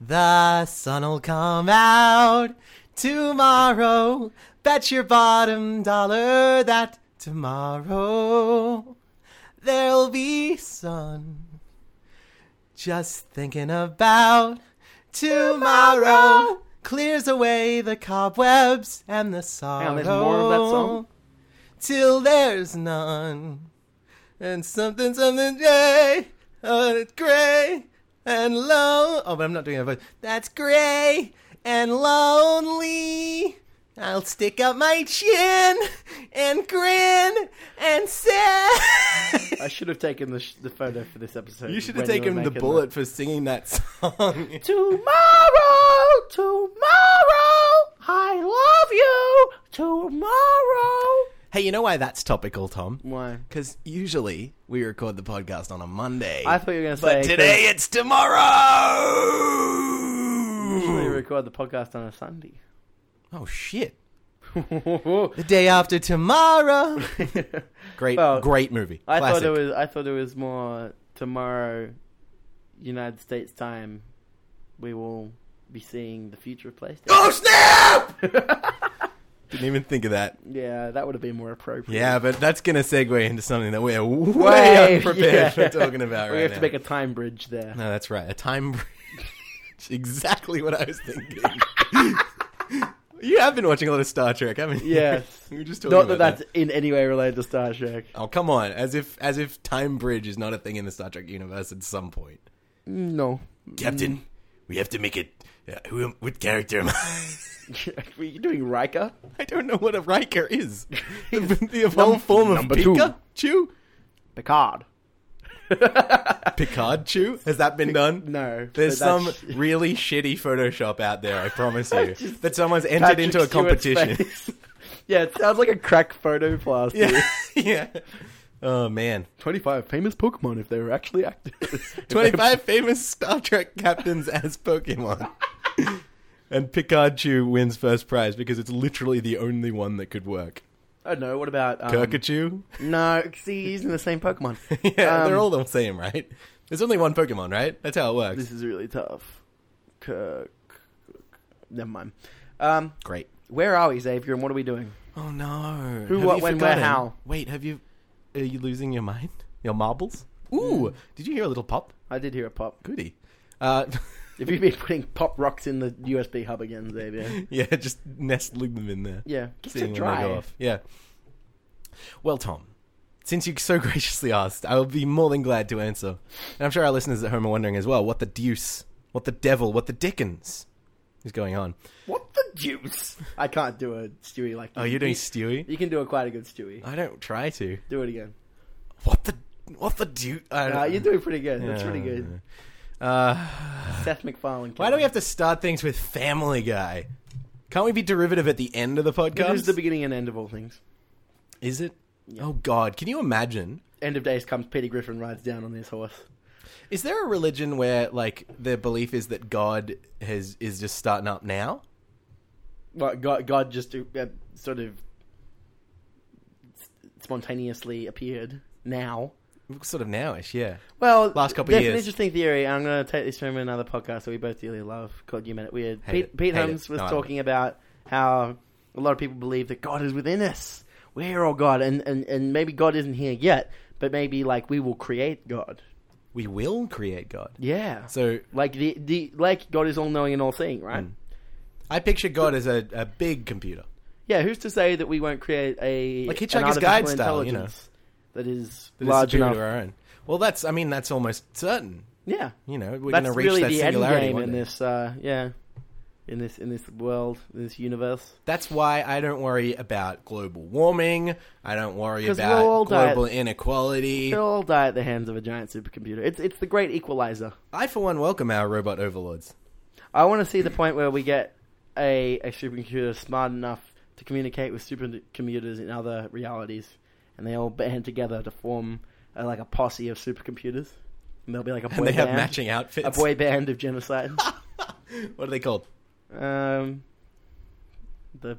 The sun'll come out tomorrow. Bet your bottom dollar that tomorrow there'll be sun. Just thinking about tomorrow clears away the cobwebs and the sorrow. on, there's more of that song? Till there's none. And something, something, gray, uh, it's gray and low. Oh, but I'm not doing that voice. That's gray and lonely. I'll stick up my chin and grin and say. I should have taken the, sh- the photo for this episode. You should when have were taken the making bullet for singing that song. Tomorrow, tomorrow, I love you. Tomorrow. hey, you know why that's topical, Tom? Why? Because usually we record the podcast on a Monday. I thought you were going to say but today it's We tomorrow. record the podcast on a Sunday. Oh shit! The day after tomorrow. great, Well, great movie. Oh, I Classic. thought it was. I thought it was more tomorrow, United States time. We will be seeing the future of PlayStation. Oh snap! Didn't even think of that. Yeah, that would have been more appropriate. Yeah, but that's gonna segue into something that we're way, Way- unprepared yeah. for talking about we right have now. to make a time bridge there. No, that's right. A time bridge. exactly what I was thinking. you have been watching a lot of Star Trek, haven't you? Yes. we were just talking Not that about that's that. in any way related to Star Trek. Oh, come on. As if as if time bridge is not a thing in the Star Trek universe at some point. Mm, No. Captain, we have to make it. Uh, who? am- What character am I? Were you doing Riker? I don't know what a Riker is. the the evolved num- form of number two. Pika? Chew? Picard. Picard Chew? Has that been done? No. There's but some that's- really shitty Photoshop out there, I promise you. Just that someone's entered into a Patrick Stewart's competition. face. yeah, it sounds like a crack photo blast. yeah. yeah. Oh, man. 25 famous Pokemon if they were actually active. 25 famous Star Trek captains as Pokemon. and Pikachu wins first prize because it's literally the only one that could work. I don't know, what about. Um, Kirkachu? No, see, he's in the same Pokemon. yeah, um, they're all the same, right? There's only one Pokemon, right? That's how it works. This is really tough. Kirk. Never mind. Um, Great. where are we, Xavier, and what are we doing? Oh no. Who, Have what, you when, where, forgotten? how? Wait, have you are you losing your mind? Your marbles? Ooh, did you hear a little pop? I did hear a pop. Goody. Uh If you've been putting pop rocks in the USB hub again, Xavier. yeah, just nestling them in there. Yeah, get seeing it when they go dry. off. Yeah. Well, Tom, since you so graciously asked, I will be more than glad to answer. And I'm sure our listeners at home are wondering as well, what the deuce, what the devil, what the dickens is going on? What the juice? I can't do a Stewie like Oh, you're doing Stewie? You can do a quite a good Stewie. I don't try to. Do it again. What the what the do? I don't Uh, know. you're doing pretty good. That's pretty Yeah. good. Uh, Seth MacFarlane. why do we have to start things with Family Guy? Can't we be derivative at the end of the It podcast? is the beginning and end of all things. Is it? Oh God! Can you imagine? End of days comes. Peter Griffin rides down on his horse. Is there a religion where like the belief is that God has is just starting up now? Well, God, God just uh, sort of s- spontaneously appeared now. Sort of nowish, yeah. Well, Last couple there's years. an interesting theory. and I'm going to take this from another podcast that we both dearly love called "You Made It Weird." Hate Pete, it. Pete Hate Holmes it. was No, I love talking about how a lot of people believe that God is within us. We're all God, and, and, and maybe God isn't here yet, but maybe like we will create God. We will create God. Yeah. So like the the like God is all knowing and all seeing, Hmm. right? I picture God as a, a big computer. Yeah. Who's to say that we won't create a Like an Hitchhiker's artificial Guide style, you know. intelligence that is That is large superior enough? to our own. Well, that's I mean that's almost certain. Yeah. You know we're going That's to reach really that the end singularity game one in day. this. Uh, yeah. In this in this world, in this universe. That's why I don't worry about global warming. I don't worry 'Cause about we'll all die at- global inequality. They'll all die at the hands of a giant supercomputer. It's it's the great equalizer. I, for one, welcome our robot overlords. I want to see the point where we get a, a supercomputer smart enough to communicate with supercomputers in other realities, and they all band together to form a, like a posse of supercomputers. And they'll be like a boy And they have band, matching outfits. a boy band of genocide. What are they called? um, the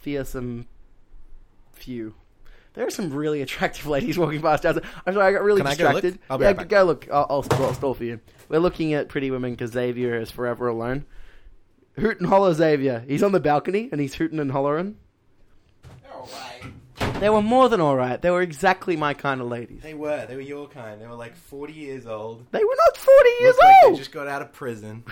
fearsome few. There are some really attractive ladies walking past. Jazza. I'm sorry, I got really Can I go look? distracted. I'll be yeah, right back. go look. I'll, I'll, I'll stall for you. We're looking at pretty women because Xavier is forever alone. Hoot and holler, Xavier. He's on the balcony and he's hooting and hollering. They were more than all right. They were exactly my kind of ladies. They were. They were your kind. They were like 40 years old. They were not 40 years Looked like old. they just got out of prison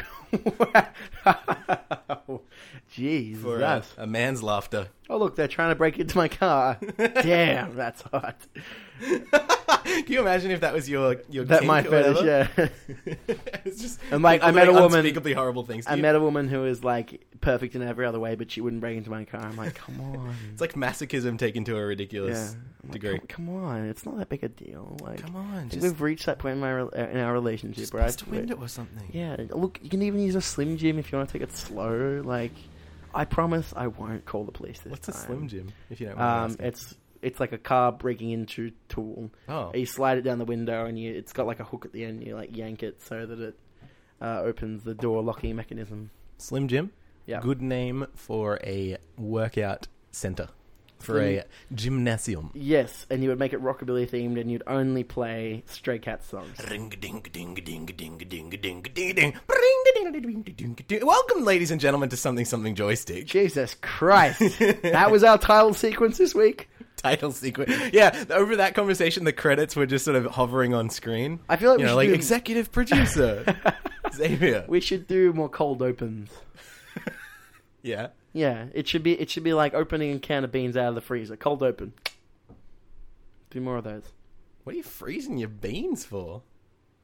wow. Jesus. for uh, a man's laughter. Oh, look, they're trying to break into my car. Damn, that's hot. Can you imagine if that was your your That kink my or fetish, whatever? yeah. it's just And, like, people I met doing a woman- unspeakably horrible things. To I you. met a woman who is like perfect in every other way, but she wouldn't break into my car. I'm like, come on. It's like masochism taken to a yeah. ridiculous I'm like, "Oh, degree. Come, come on, it's not that big a deal. Like, Come on, I think just, we've reached that point in, my, rel- uh, in our relationship, just right? bust a Where- window or something. Yeah, look, you can even use a Slim Jim if you want to take it slow. Like, I promise I won't call the police this What's a time. slim jim? If you don't mind Um, asking? it's it's like a car breaking into tool. oh, You slide it down the window, and you it's got like a hook at the end. You like yank it so that it uh, opens the door locking mechanism. slim jim. Yeah. Good name for a workout center, for Slim- a gymnasium. Yes, and you would make it rockabilly themed, and you'd only play Stray Cat songs. Ring ding ding ding ding ding ding ding ding Ring-a-ding, ding ding ding. Welcome, ladies and gentlemen, to something something joystick. Jesus Christ, that was our title sequence this week. title sequence. Yeah, over that conversation, the credits were just sort of hovering on screen. I feel like you we know, should like do- executive producer Xavier. We should do more cold opens. yeah, Yeah, it should be it should be like opening a can of beans out of the freezer, cold open. Do more of those. what are you freezing your beans for?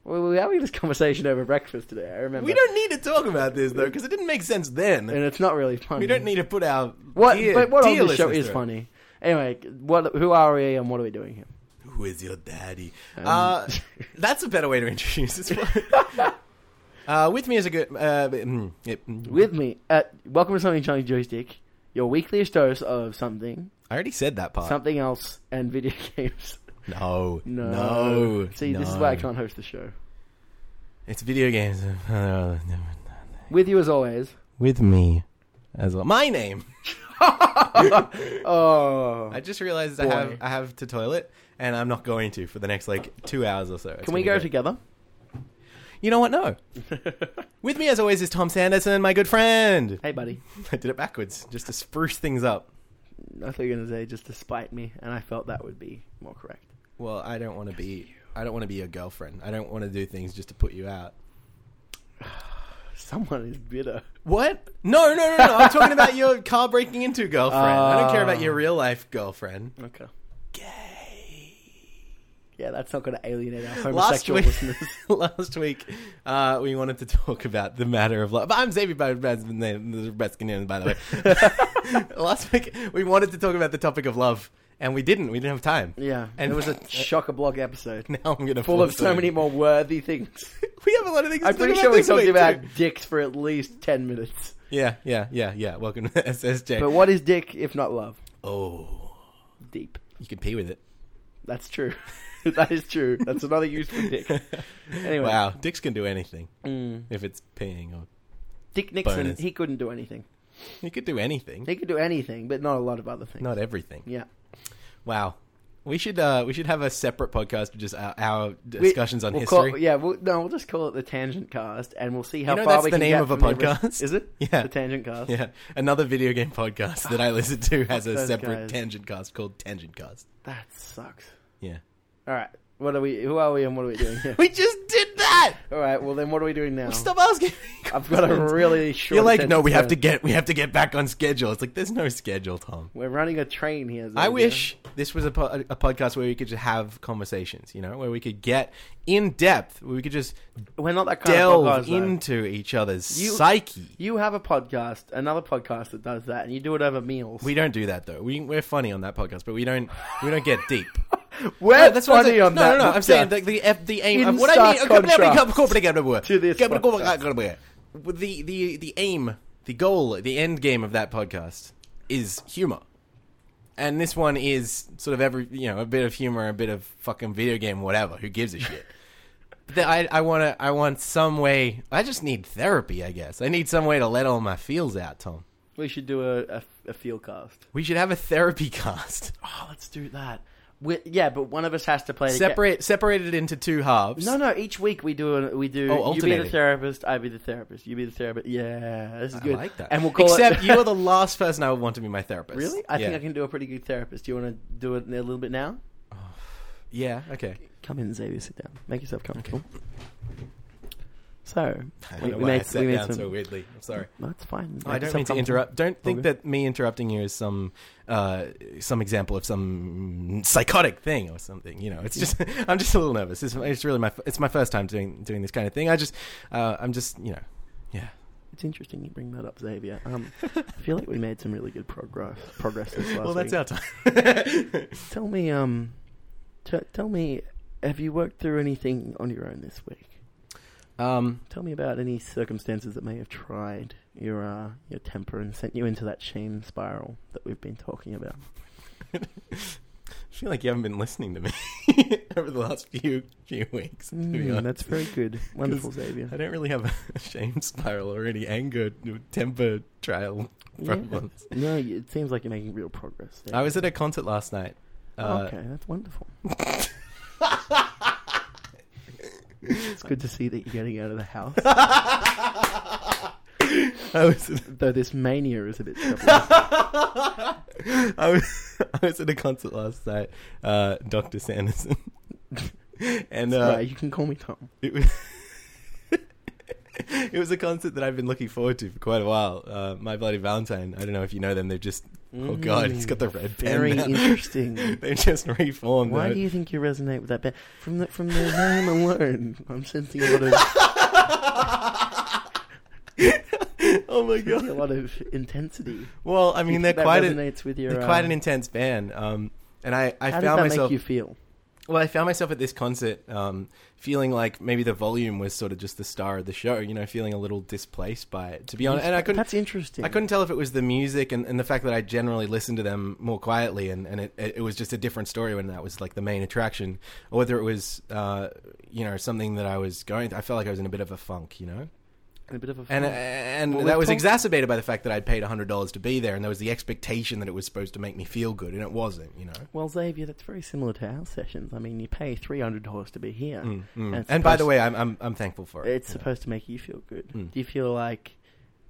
Well, we were having this conversation over breakfast today. I remember. We don't need to talk about this though, because it didn't make sense then. and it's not really funny. We don't need to put our what, dear- but what on dear this show listeners is through it. funny. Anyway, what? Who are we and what are we doing here? Who is your daddy? Um, uh, that's a better way to introduce this one. uh, with me is a good. Uh, mm, yeah, mm. With me, at welcome to something Johnny Joystick, your weekly dose of something, I already said that part. something else, and video games. no, No, no. See, this is no. why I can't host the show. It's video games. With you as always. with me as well. My name. Oh, I just realized I Boy. have I have to toilet, and I'm not going to for the next like two hours or so. It's can we gonna go be great. together? You know what? No. with me as always is Tom Sanderson, my good friend. Hey, buddy. I did it backwards just to spruce things up. I thought you were going to say just to spite me, and I felt that would be more correct. Well, I don't want to be. I don't want to be your girlfriend. I don't want to do things just to put you out. Someone is bitter. What? No, no, no, no. I'm talking about your car breaking into girlfriend. I don't care about your Oh. real life girlfriend. Okay. Ah. Gay. Yeah, that's not going to alienate our Last homosexual week, listeners. last week, uh, we wanted to talk about the matter of love. But I'm Xavier Batskin, by the way. last week, we wanted to talk about the topic of love, and we didn't. We didn't have time. Yeah, And- and it was a shocker block episode Now I'm going to full of so many more worthy things. We have a lot of things. I'm to pretty talk sure about we this talked week, about too. dicks for at least ten minutes. Yeah, yeah, yeah, yeah. Welcome to SSJ. But what is dick if not love? oh, Deep. you can pee with it. That's true. that is true. That's another use for dick. Anyway, Wow, dicks can do anything Mm. if it's peeing or Dick Nixon, Hmm. Bonus. he couldn't do anything. he could do anything. He could do anything, but not a lot of other things. Not everything. Yeah. Wow. We should uh, we should have a separate podcast of just our, our discussions on we'll history. Call, yeah, we'll, no, we'll just call it the Tangent Cast, and we'll see how You know far that's we the can name get of a from the ori- podcast? Is it? Yeah. the Tangent Cast. Yeah, another video game podcast that I listen to has a those separate guys. tangent cast called Tangent Cast. That sucks. Yeah, All right, what are we? Who are we, and what are we doing here? we just did that. All right, well then, what are we doing now? Stop asking. I've got a really short. You're like, attention no, we have to span. get we have to get back on schedule. It's like there's no schedule, Tom. We're running a train here. I Xavier. wish this was a, po- a podcast where we could just have conversations, you know, where we could get in depth, where we could just we're not that kind of delve podcast. though. into each other's You- psyche. You have a podcast, another podcast that does that, and you do it over meals. We don't do that though. We we're funny on that podcast, but we don't we don't get deep. We're No, that's what I'm funny saying. on no, that. No, no, I'm podcast. saying the the, F, the aim. Of In what I mean, stark contrast to this the the the aim, the goal, the end game of that podcast is humor, and this one is sort of every you know a bit of humor, a bit of fucking video game, whatever. Who gives a shit? But the- I, I want to. I want some way. I just need therapy. I guess I need some way to let all my feels out, Tom. we should do a, a, a field cast. We should have a therapy cast. Oh, let's do that. We, yeah, but one of us has to play. to get- Separate, separated into two halves. No, no. Each week we do an- we do. Oh, you be the alternating. therapist. I be the therapist. You be the therapist. Yeah, this is I good. like that. And we'll call Except it. you are the last person I would want to be my therapist. really. I yeah. think I can do a pretty good therapist. Do you want to do it a little bit now? Yeah. Okay. Come in, Xavier. Sit down. Make yourself comfortable. So I we- don't know we why I made- sat we made down some- so weirdly. I'm sorry. No, it's fine. I Make don't yourself mean to comfortable. interrupt. Don't think good. that me interrupting you is some uh, some example of some psychotic thing or something. You know, it's just I'm just a little nervous. It's, it's really my it's my first time doing doing this kind of thing. I just uh, I'm just you know yeah. It's interesting you bring that up, Xavier. Um, I feel like we made some really good progress. Progress this last well, that's week. our time. Tell me, um, t- tell me, have you worked through anything on your own this week? um, Tell me about any circumstances that may have tried your uh, your temper and sent you into that shame spiral that we've been talking about. I feel like you haven't been listening to me over the last few few weeks. To be Mm, honest. that's very good, wonderful, Xavier. I don't really have a shame spiral or any anger temper trial Yeah. problems. No, you- it seems like you're making real progress. Xavier. I was at a concert last night. Oh, Uh, okay, that's wonderful. it's good to see that you're getting out of the house, I was at though this mania is a bit. troubling. I was, I was at a concert last night, uh, Dr. Sanderson. and uh, Right, you can call me Tom. it was it was a concert that I've been looking forward to for quite a while. Uh, My Bloody Valentine. I don't know if you know them. They've just oh god, he's got the red pen Very now. interesting. They've just reformed. Why They're- do you think you resonate with that band? From the from the name alone, I'm sensing a lot of oh my sensing a god! lot of intensity. Well, I Do you mean, they're think that quite an, resonates with your. they're uh, quite an intense band. Um, and I, I how found did that myself make you feel? Well, I found myself at this concert um, feeling like maybe the volume was sort of just the star of the show, you know, feeling a little displaced by it, to be honest. And I couldn't, That's interesting. I couldn't tell if it was the music and, and the fact that I generally listened to them more quietly and, and it, it was just a different story when that was like the main attraction, or whether it was, uh, you know, something that I was going I felt like I was in a bit of a funk, you know? And a bit of a. And, uh, funk. and Mm-hmm. Well, we've that was talked- exacerbated by the fact that I'd paid $100 to be there and there was the expectation that it was supposed to make me feel good, and it wasn't, you know? well, Xavier, that's very similar to our sessions. I mean, you pay three hundred dollars to be here, Mm, mm. And, And it's by supposed- the way, I'm, I'm, I'm thankful for it. it's supposed to make you feel good. Mm. Do you feel like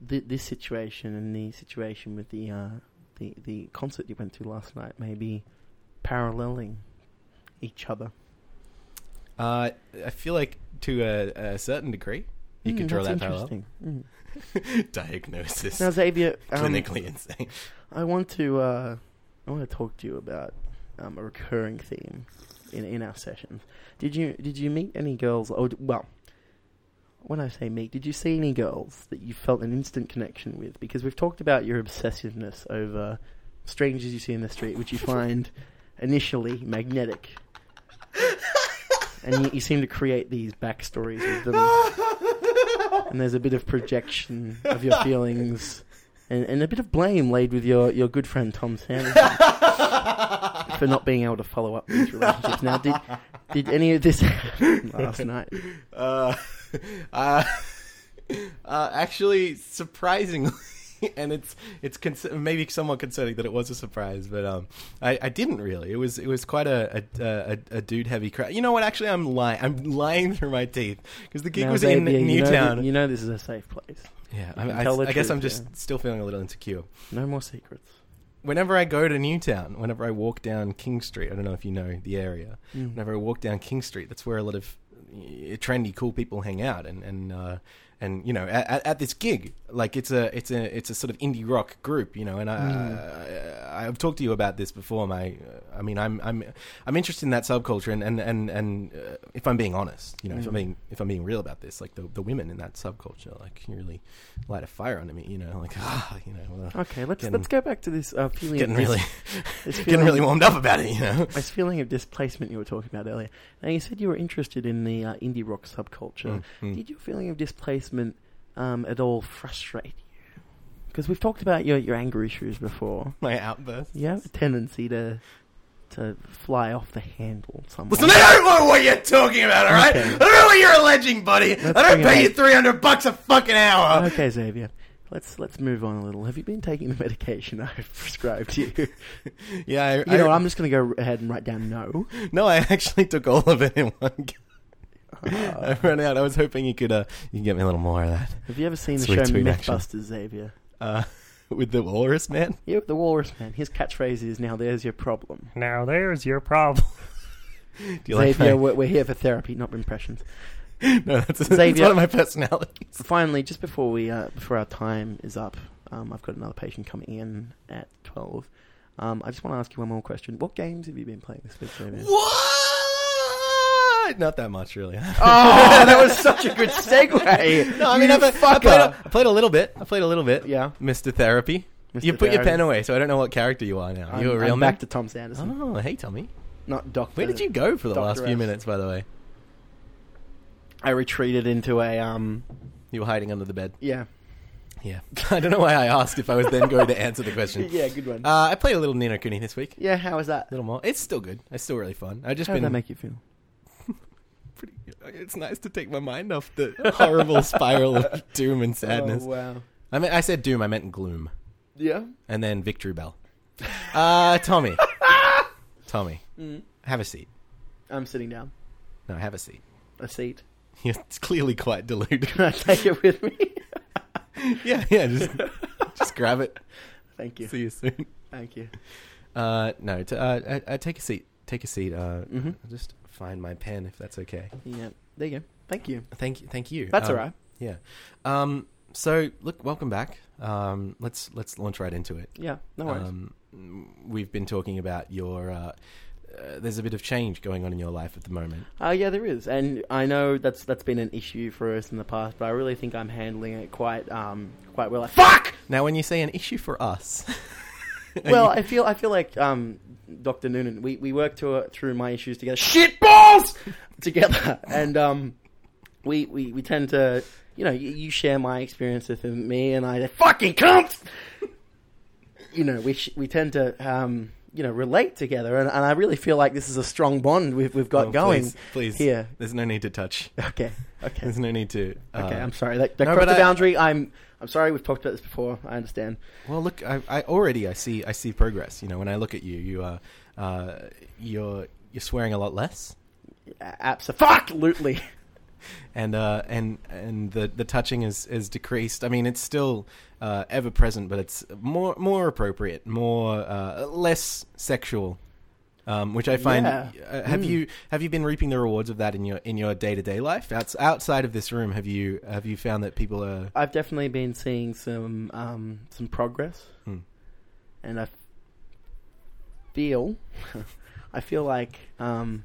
th- this situation and the situation with the uh, the the concert you went to last night may be paralleling each other? Uh, I feel like to a, a certain degree, you Mm, can draw that's that parallel. interesting. Mm. Diagnosis, Now, Xavier, um, clinically insane. I want to uh, I want to talk to you about um, a recurring theme in in our sessions. Did you did you meet any girls? Or d- well, when I say meet, did you see any girls that you felt an instant connection with? Because we've talked about your obsessiveness over strangers you see in the street, which you find initially magnetic. And you, you seem to create these backstories with them, and there's a bit of projection of your feelings, and, and a bit of blame laid with your, your good friend Tom Sanderson for not being able to follow up these relationships. Now, did did any of this happen last night? Uh, uh, uh, actually, surprisingly, and it's it's cons- maybe somewhat concerning that it was a surprise, but um, I, I didn't really. It was it was quite a a, a, a dude heavy crowd. You know what? Actually, I'm lying. I'm lying through my teeth because the gig Now, was Xavier, in you know, Newtown. that- You know this is a safe place. Yeah, can I, I, tell the I guess truth, I'm just yeah. still feeling a little insecure. No more secrets. Whenever I go to Newtown, whenever I walk down King Street, I don't know if you know the area. Mm. Whenever I walk down King Street, that's where a lot of eh, trendy, cool people hang out, and and uh, and you know, at, at- at this gig, like it's a it's a it's a sort of indie rock group, you know. And I, I I've talked to you about this before. My, uh, I mean, I'm I'm I'm interested in that subculture, and and and, and uh, if I'm being honest, you know, if I'm Mm. being if I'm being real about this, like the the women in that subculture, like you really light a fire under me, you know, like ah, you know, well, Okay, let's Getting- let's go back to this uh, feeling. getting of dis- really this getting really warmed up about it, you know. This feeling of displacement you were talking about earlier. Now you said you were interested in the uh, indie rock Mm, subculture. mm. Did your feeling of displacement um, at all frustrate you? Because we've talked about your your anger issues before. My outburst. You have a tendency to to fly off the handle. Somewhat. Listen, I don't know what you're talking about, all right? Okay. I don't know what you're alleging, buddy. I bring don't it pay you back. 300 bucks a fucking hour. Okay, Xavier. Let's let's move on a little. Have you been taking the medication I've prescribed you? Yeah, I, You know, what, I- I'm just going to go ahead and write down no. no, I actually took all of it in one. go. Uh, I ran out. I was hoping you could uh, you can get me a little more of that have you ever seen the Sweet, show sweet action. MythBusters, Xavier? uh, with the walrus man. Yeah, the Walrus Man. His catchphrase is "Now there's your problem." Now there's your problem. Do you like Xavier, my- we're, we're here for therapy, not impressions. no, that's, that's Xavier- one of my personalities. Finally, just before we uh, before our time is up, um, I've got another patient coming in at twelve. Um, I just want to ask you one more question. What games have you been playing this week, Xavier? What? Not that much, really. Oh, that was such a good segue. no, I mean, You I, played- I fucker. played a, I played a little bit. I played a little bit. Yeah. Mr. Therapy. Mr. You put your Therapy. pen away, so I don't know what character you are now. I'm, you a real I'm man. back to Tom Sanderson, oh, hey, Tommy. not Doctor. Where did you go for the Dr. last few S. minutes, by the way? I retreated into a um. You were hiding under the bed. Yeah. Yeah. I don't know why I asked if I was then going to answer the question. yeah, good one. Uh, I played a little Nino Kuni this week. yeah, how was that? A little more. It's still good. It's still really fun. I just How did been that make you feel? pretty. It's nice to take my mind off the horrible spiral of doom and sadness. Oh, wow. I mean, I said doom. I meant gloom. Yeah. and then Victory Bell. Uh, Tommy. Tommy, Mm. have a seat. I'm sitting down. No, have a seat. A seat. You're clearly quite deluded. Can I take it with me? yeah, yeah, just just grab it. Thank you. See you soon. Thank you. Uh, no, t- uh, I, I take a seat. Take a seat. Uh, Mhm. I'll just find my pen if that's okay. Yeah. There you go. Thank you. Thank you. Thank you. That's Um, all right. Yeah. Um, so look, welcome back. Um, let's let's launch right into it. Yeah. No worries. Um, we've been talking about your. Uh, uh, there's a bit of change going on in your life at the moment. Uh, yeah, there is, and I know that's that's been an issue for us in the past, but I really think I'm handling it quite um quite well. Fuck. Now, when you say an issue for us, Well, I feel I feel like um Dr. Noonan, we we work to, through my issues together. Shit balls together, and um we we we tend to you know you, you share my experience with me, and I say, fucking cunt. You know, we sh- we tend to um you know relate together, and, and I really feel like this is a strong bond we've we've got Oh, going. please, please. here. There's no need to touch. Okay. Okay. There's no need to. uh, Okay, I'm sorry. That, that no, crossed but the I- boundary. I'm I'm sorry. We've talked about this before. I understand. Well, look, I, I already I see I see progress. You know, when I look at you, you are uh, you're you're swearing a lot less, Absolutely. and uh, and and the the touching is is decreased. I mean, it's still uh, ever present, but it's more more appropriate, more uh, less sexual. Um, which I find. Yeah. Uh, have Mm. you have you been reaping the rewards of that in your in your day to day life? Outs- outside of this room, have you have you found that people are I've definitely been seeing some um, some progress, Hmm. and I feel I feel like um,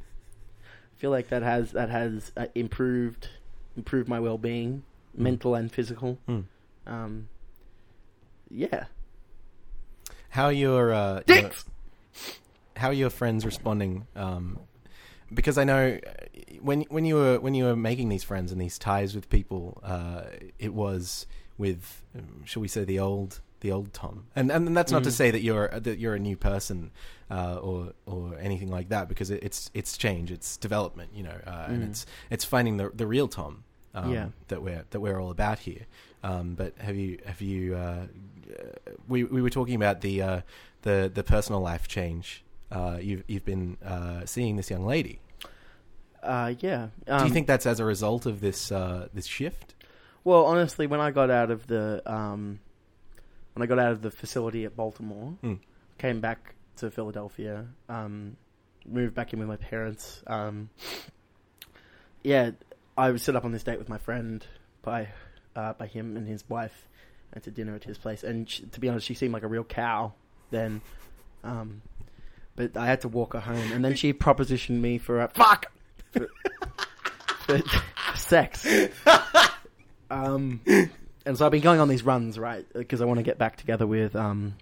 I feel like that has that has uh, improved improved my well being, mental and physical. Hmm. Um, yeah. How are your uh, your- Dicks! how are your friends responding? Um, because I know uh, when when you were when you were making these friends and these ties with people, uh, it was with um, shall we say the old the old Tom, and and that's not to Mm. say that you're uh, that you're a new person uh, or or anything like that, because it, it's it's change, it's development, you know, uh, and Mm. it's it's finding the the real Tom. Um, Yeah. that we're that we're all about here. Um, but have you have you uh, uh, we we were talking about the uh, the the personal life change. Uh, you've you've been uh, seeing this young lady. Uh, yeah. Do Um, you think that's as a result of this uh, this shift? Well, honestly, when I got out of the um, when I got out of the facility at Baltimore, Mm. came back to Philadelphia, um, moved back in with my parents. Um, yeah, I was set up on this date with my friend by uh, by him and his wife, and to dinner at his place. And sh to be honest, she seemed like a real cow then. Um, but I had to walk her home, and then she propositioned me for a fuck for, for sex. Um, and so I've been going on these runs, right? Because I want to get back together with um,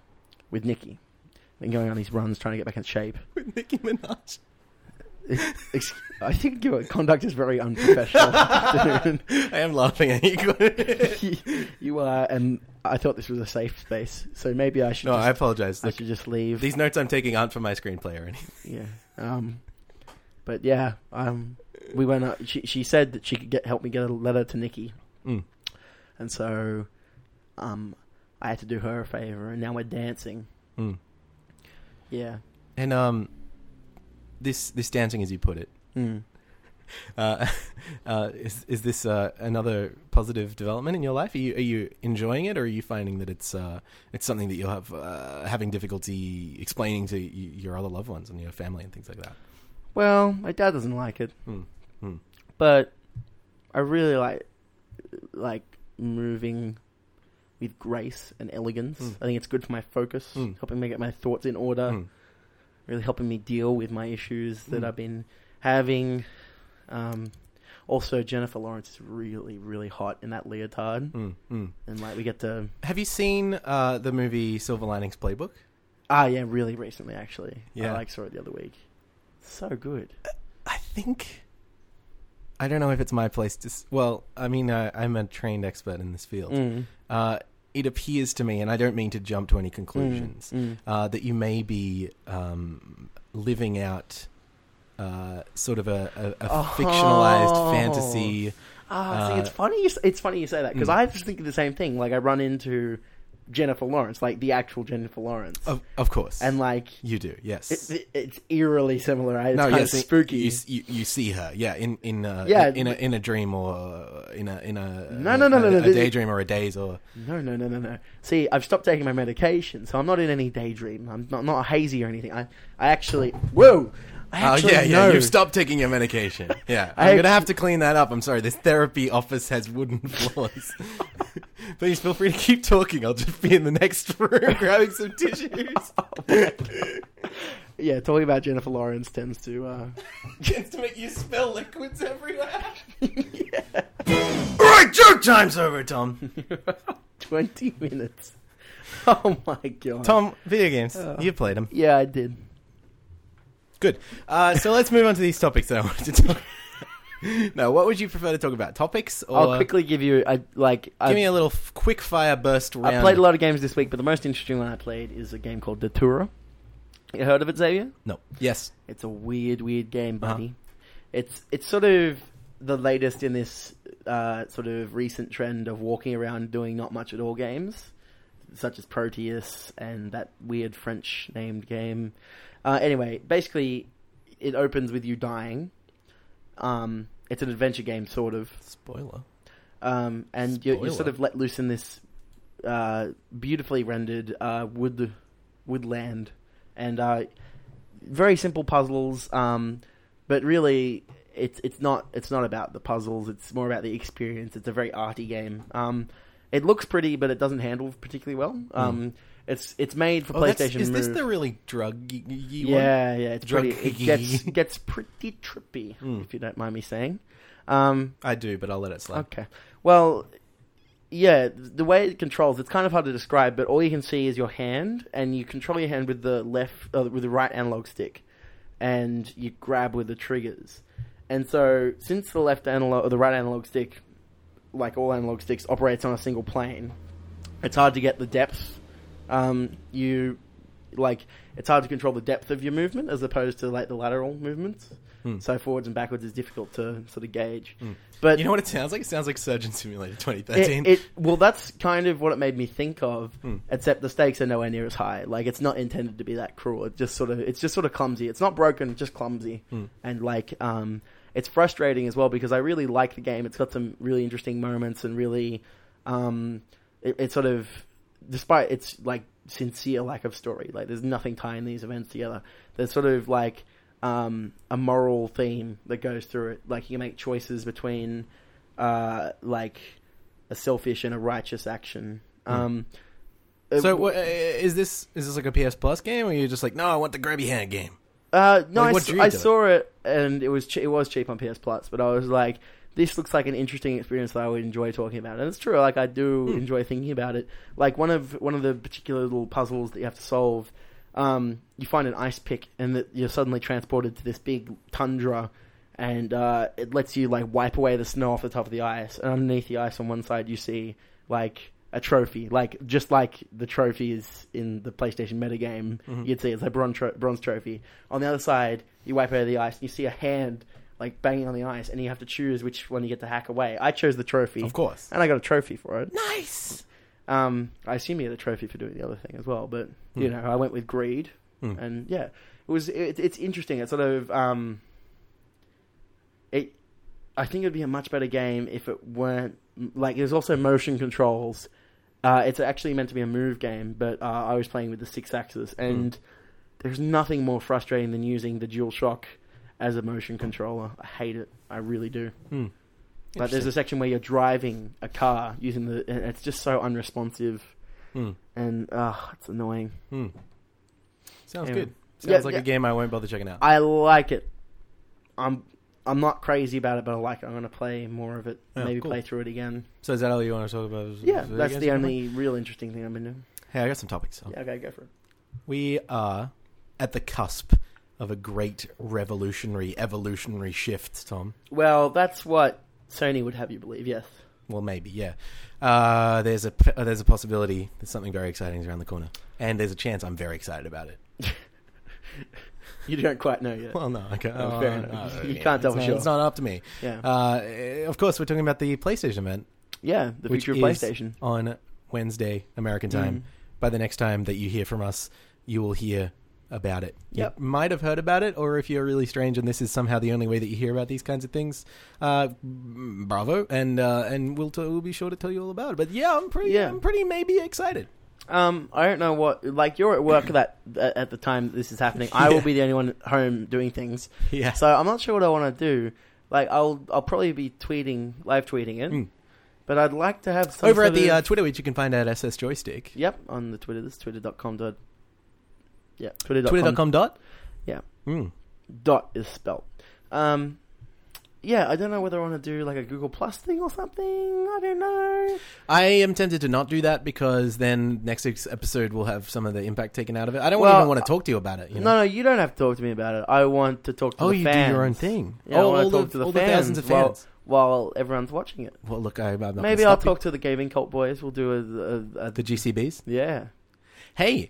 with Nikki. I've been going on these runs trying to get back in shape. With Nicki Minaj. Ex- I think your conduct is very unprofessional. afternoon. I am laughing at you. You- you are, and I thought this was a safe space, so maybe I should. no, I just, apologize. I Look, should just leave. these notes I'm taking aren't for my screenplay or anything. Yeah. Um, but yeah, um, we went. Hmm. Out, she she said that she could get help me get a letter to Nikki, Mm. and so um, I had to do her a favor, and now we're dancing. Mm. Yeah. And um, this this dancing, as you put it, Mm. uh, uh, is is this uh, another positive development in your life? Are you are you enjoying it, or are you finding that it's uh, it's something that you'll have uh, having difficulty explaining to y- your other loved ones and your family and things like that? Well, my dad doesn't like it, Hmm. Hmm. but I really like like moving with grace and elegance. Mm. I think it's good for my focus, Mm. helping me get my thoughts in order, Hmm. really helping me deal with my issues that Mm. I've been having. Um, also, Jennifer Lawrence is really, really hot in that leotard, Hmm. Hmm. and like we get to Have you seen uh, the movie Silver Linings Playbook? ah yeah, really recently actually. Yeah. I like saw it the other week. So good. I think I don't know if it's my place to. s- Well, I mean, I, I'm a trained expert in this field. Mm. Uh, it appears to me, and I don't mean to jump to any conclusions, Mm. uh, that you may be um, living out uh, sort of a, a, a Oh. fictionalized fantasy. Ah, Uh, see, it's funny. You, s- it's funny you say that because Mm. I just think of the same thing. Like I run into Jennifer Lawrence, like the actual Jennifer Lawrence, Of, of course, and like you do. Yes. it, it, it's eerily similar. Right? It's kind yes, of it- spooky. You, s- you, you see her, yeah, in in uh, Yeah. in a in a dream or uh, in a in a No, no, no, a- no, no, a this- daydream or a daze or No, no, no, no, no. See, I've stopped taking my medication, so I'm not in any daydream. I'm not, not hazy or anything. I, I actually, whoa, I Oh actually yeah, yeah. know. You've stopped taking your medication. Yeah, I'm I gonna actu- have to clean that up. I'm sorry. This therapy office has wooden floors. Please feel free to keep talking. I'll just be in the next room grabbing some tissues. Yeah, talking about Jennifer Lawrence tends to. Uh... Just to make you spill liquids everywhere. All right, joke time's over, Tom. 20 minutes. Oh my god. Tom, video games. Oh. You played them. Yeah, I did. Good. Uh, so let's move on to these topics that I wanted to talk. no, what would you prefer to talk about? Topics or I'll quickly give you a like. give I, me a little f- quick fire burst round? I played a lot of games this week, but the most interesting one I played is a game called Datura. You heard of it, Xavier? No. Yes. It's a weird, weird game, Uh-huh. buddy. It's it's sort of the latest in this uh, sort of recent trend of walking around doing not much at all games, such as Proteus and that weird French named game. Uh, anyway, basically, it opens with you dying. Um, it's an adventure game, sort of Spoiler. um, and you're, you're sort Spoiler. of let loose in this uh, beautifully rendered uh, wood woodland, and uh, very simple puzzles. Um, but really, it's it's not it's not about the puzzles. It's more about the experience. It's a very arty game. Um, it looks pretty, but it doesn't handle particularly well. Um, It's it's made for Hmm. Oh, that's- PlayStation. Is this Move. the really drug y- y- y- one? Yeah, yeah, it's Drug pretty. It geeky. gets gets pretty trippy, Mm. if you don't mind me saying. Um, I do, but I'll let it slide. Okay. Well, yeah, the way it controls, it's kind of hard to describe, but all you can see is your hand, and you control your hand with the left, uh, with the right analog stick, and you grab with the triggers. And so, since the left analog or the right analog stick, like all analog sticks, operates on a single plane, it's hard to get the depth. Um, you like it's hard to control the depth of your movement as opposed to like the lateral movements. Hmm. So forwards and backwards is difficult to sort of gauge. Hmm. But You know what it sounds like? It sounds like Surgeon Simulator it, 2013. it- well, that's kind of what it made me think of. Hmm. Except the stakes are nowhere near as high. Like it's not intended to be that cruel. It just sort of it's just sort of clumsy. It's not broken, it's just clumsy. Hmm. And like um, it's frustrating as well because I really like the game. It's got some really interesting moments and really um, it, it's sort of despite its like sincere lack of story. Like there's nothing tying these events together. There's sort of like um, a moral theme that goes through it. Like you make choices between uh, like a selfish and a righteous action. Um, uh, Hmm. so wha- uh, is this is this like a PS Plus game, or you're just like, no, I want the grabby hand game? Uh, no, Like, I what s- drew you I, to it? saw it and it was che- it was cheap on PS Plus, but I was like, this looks like an interesting experience that I would enjoy talking about, and it's true. Like I do Hmm. enjoy thinking about it. Like one of one of the particular little puzzles that you have to solve, um, you find an ice pick, and that you're suddenly transported to this big tundra, and uh, it lets you like wipe away the snow off the top of the ice, and underneath the ice on one side you see like. A trophy, like just like the trophy is in the PlayStation metagame, you'd see it's a bronze, tro- bronze trophy. On the other side, you wipe over the ice, and you see a hand like banging on the ice, and you have to choose which one you get to hack away. I chose the trophy, Of course. and I got a trophy for it. Nice. Um, I assume he had a trophy for doing the other thing as well, but you know, I went with greed, Hmm. and yeah, it was. It, it's interesting. It's sort of. Um, it, I think it'd be a much better game if it weren't like. There's also motion controls. Uh, it's actually meant to be a move game, but uh, I was playing with the six axis, and there's nothing more frustrating than using the DualShock as a motion controller. I hate it. I really do. Hmm. But there's a section where you're driving a car using the, and it's just so unresponsive Hmm. and uh, it's annoying. Hmm. Sounds Anyway. good. Sounds Yeah, like yeah. a game I won't bother checking out. I like it. I'm I'm not crazy about it, but I like it. I'm going to play more of it. Yeah, Maybe cool. play through it again. so is that all you want to talk about? Is- Yeah, is it that's against the you? only real interesting thing I've been doing. Hey, I got some topics. Yeah, okay, go for it. We are at the cusp of a great revolutionary, evolutionary shift, Tom. Well, that's what Sony would have you believe. Yes. Well, maybe, yeah. Uh, there's a p- uh, there's a possibility that something very exciting is around the corner, and there's a chance I'm very excited about it. You don't quite know yet. Well, no, okay, Oh, fair enough. You can't Uh, it's tell for not, sure. It's not up to me. yeah. Uh, eh, of course, we're talking about the PlayStation event yeah, the which future of is- PlayStation. on Wednesday American time. Mm. By the next time that you hear from us, you will hear about it. Yep. You might have heard about it, or if you're really strange and this is somehow the only way that you hear about these kinds of things, uh, mm, bravo! And uh, and we'll t- we'll be sure to tell you all about it. But yeah, I'm pretty Yeah. I'm pretty maybe excited. Um, I don't know what. Like, you're at work that that- at the time this is happening. I will Yeah. be the only one at home doing things. Yeah. So I'm not sure what I want to do. Like, I'll I'll probably be tweeting, live tweeting it. Mm. But I'd like to have some Over at sort the of- uh, Twitter, which you can find at SS Joystick. yep on the Twitter. This twitter.com dot. Yeah, twitter.com. Twitter.com dot? Yeah. Mm. dot is spelt. Um, yeah, I don't know whether I want to do like a Google Plus thing or something. I don't know. I am tempted to not do that because then next week's episode will have some of the impact taken out of it. I don't Well, even want to talk to you about it. You know? No, no, you don't have to talk to me about it. I want to talk to oh, the you fans. do your own thing. Yeah, oh, I all want to talk the, to the all fans, the thousands of while- fans. while everyone's watching it. Well, look, I, I'm not Maybe gonna I'll stop you. talk to the gaming cult boys. We'll do a, a, a the GCBs. yeah Hey,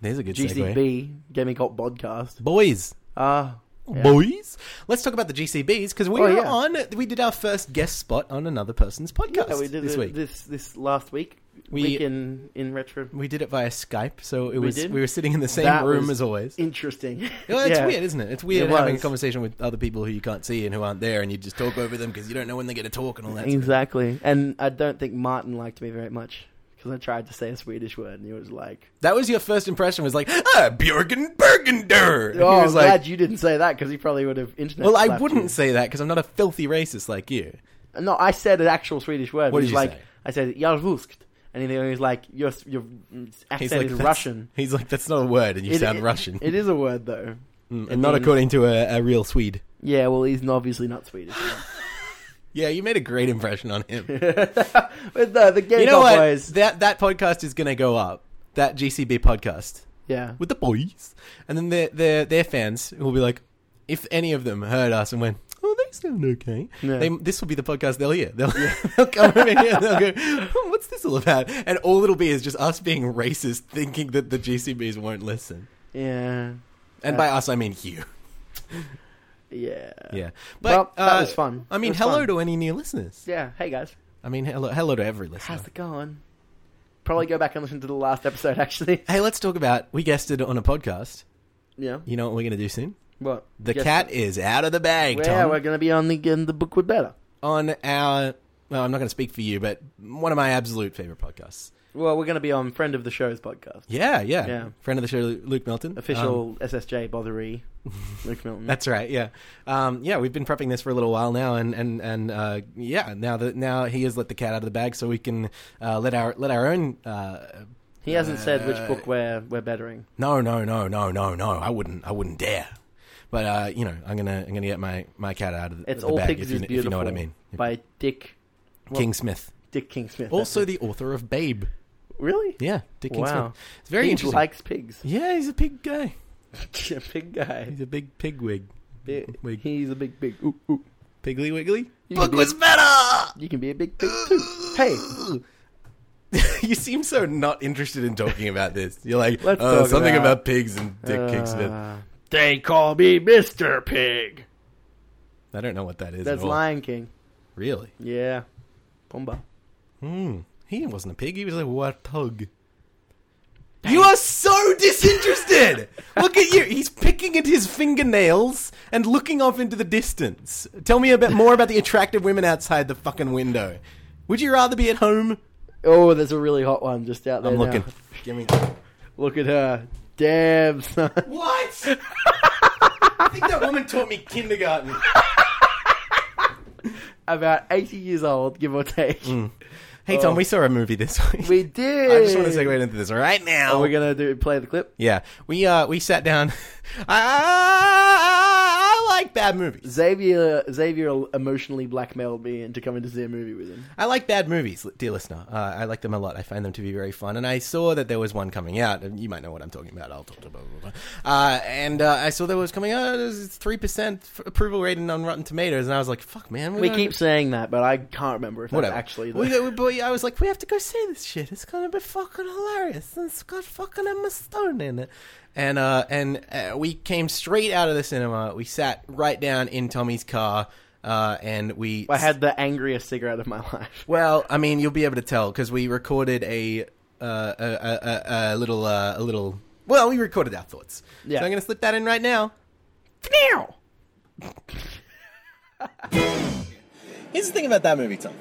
there's a good segue. GCB gaming cult podcast. Boys. Ah, Yeah. Boys, let's talk about the GCBs because we Oh, were yeah. on. We did our first guest spot on another person's podcast yeah, we did this it week. this this last week. We- week in in retro. we did it via Skype, so it was did? we were sitting in the same That room was- as always. Interesting. Well, it's Yeah. weird, isn't it? It's weird It having a was. conversation with other people who you can't see and who aren't there, and you just talk over them because you don't know when they're going to talk and all that. stuff. Exactly. And I don't think Martin liked me very much because I tried to say a Swedish word and he was like, That was your first impression. Was like, ah, Björgen Bergender. And "Oh, he I'm was like, glad you didn't say that because he probably would have internet." well, I slapped wouldn't you." say that because I'm not a filthy racist like you. No, I said an actual Swedish word. What He did was you like, say? I said "Jarvuskt," and he was like, "Your your He's accent like, is "That's-" Russian." He's like, that's not a word, and you It- sound it- Russian, It is a word though. Mm, it and not means- according to a, a real Swede. Yeah, well, he's obviously not Swedish. Yeah, you made a great impression on him. but no, the game you know what? boys. That that podcast is going to go up. That GCB podcast. Yeah. with the boys, and then their their their fans will be like, if any of them heard us and went, oh, they sound okay, Yeah. they, this will be the podcast they'll hear. They'll, they'll come over here and they'll go, oh, what's this all about? And all it'll be is just us being racist, thinking that the GCBs won't listen. Yeah. And by us, I mean you. Yeah. Yeah, well, but that uh, was fun. I It mean, was hello fun. to any new listeners. Yeah. Hey guys, I mean, hello, hello to every listener. how's it going? Probably go back and listen to the last episode. Actually. Hey, let's talk about we guested on a podcast. Yeah. You know what we're going to do soon? What? The Guess- cat is out of the bag, Well, Tom. we're going to be on the in the book with better. on our well, I'm not going to speak for you, but one of my absolute favorite podcasts. Well, we're going to be on friend of the show's podcast. Yeah, yeah. Yeah. Friend of the show, Lu- Luke Milton. Um, Official SSJ bothery, Luke Milton. that's right. Yeah, um, yeah. We've been prepping this for a little while now, and and and uh, yeah. Now that now he has let the cat out of the bag, so we can uh, let our let our own. Uh, he hasn't said which Uh, book we're we're bettering. no, no, no, no, no, no. I wouldn't. I wouldn't dare. But uh, you know, I'm gonna I'm gonna get my, my cat out of the, It's the all bag. pigs if, you, is if you know beautiful what I mean. by Dick what- King Smith, Dick Kingsmith. also that's the author of Babe. it. really Yeah, Dick King Wow. Smith. It's very he interesting. likes pigs. yeah, he's a pig guy. Yeah, big guy. He's a big pigwig. Big, Wig. he's a big pig. Ooh, ooh. Piggly Wiggly? You Book can was better! You can be a big pig too. Hey, you seem so not interested in talking about this. You're like, Let's "Oh, talk something about- about... pigs and Dick Uh, Kingsmith. They call me Mister Pig. I don't know what that is. That's at all. Lion King. Really? Yeah, Pumba. Hmm. He wasn't a pig. He was a warthog. You are so disinterested. Look at you. He's picking at his fingernails and looking off into the distance. Tell me about more about the attractive women outside the fucking window. Would you rather be at home? Oh, there's a really hot one just out there. I'm now. looking. Give me. Look at her. Damn, son. What? I think that woman taught me kindergarten. About 80 years old, give or take. Mm. Hey Tom, we saw a movie this week. Oh. We did. I just want to segue into this right now. Are we gonna do play the clip? Yeah, we uh we sat down. I, I, I like bad movies. Xavier Xavier emotionally blackmailed me into coming to see a movie with him. I like bad movies, dear listener. Uh, I like them a lot. I find them to be very fun. And I saw that there was one coming out. and You might know what I'm talking about. I'll talk about. Blah, blah, blah. Uh, and uh, I saw there was coming out. It was three percent approval rating on Rotten Tomatoes, and I was like, "Fuck, man." We don't- keep saying that, but I can't remember if that's Whatever. actually the, we, we, but I was like, we have to go see this shit. It's gonna be fucking hilarious. And It's got fucking Emma Stone in it. And uh, and uh, we came straight out of the cinema. We sat right down in Tommy's car, uh, and we. I had the angriest cigarette of my life. Well, I mean, you'll be able to tell because we recorded a, uh, a, a, a, a little uh, a little. Well, we recorded our thoughts. Yeah. So I'm gonna slip that in right now. Now. Here's the thing about that movie, Tom.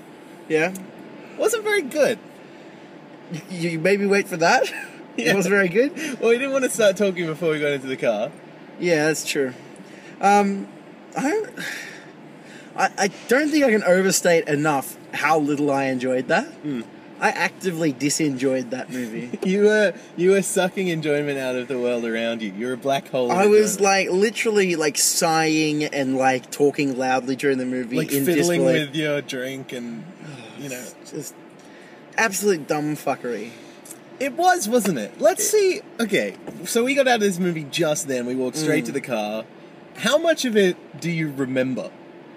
Yeah. Wasn't very good. You, you made me wait for that? Yeah. It was very good? Well, we didn't want to start talking before we got into the car. Yeah, that's true. Um, I don't. I, I don't think I can overstate enough how little I enjoyed that. Hmm. I actively disenjoyed that movie. You were you were sucking enjoyment out of the world around you. You're a black hole. of I was enjoyment. like literally like sighing and like talking loudly during the movie like in fiddling disbelief. with your drink, and you know, just absolute dumb fuckery. it was, wasn't it? Let's see. Okay, so we got out of this movie just then. We walked straight Mm. to the car. How much of it do you remember?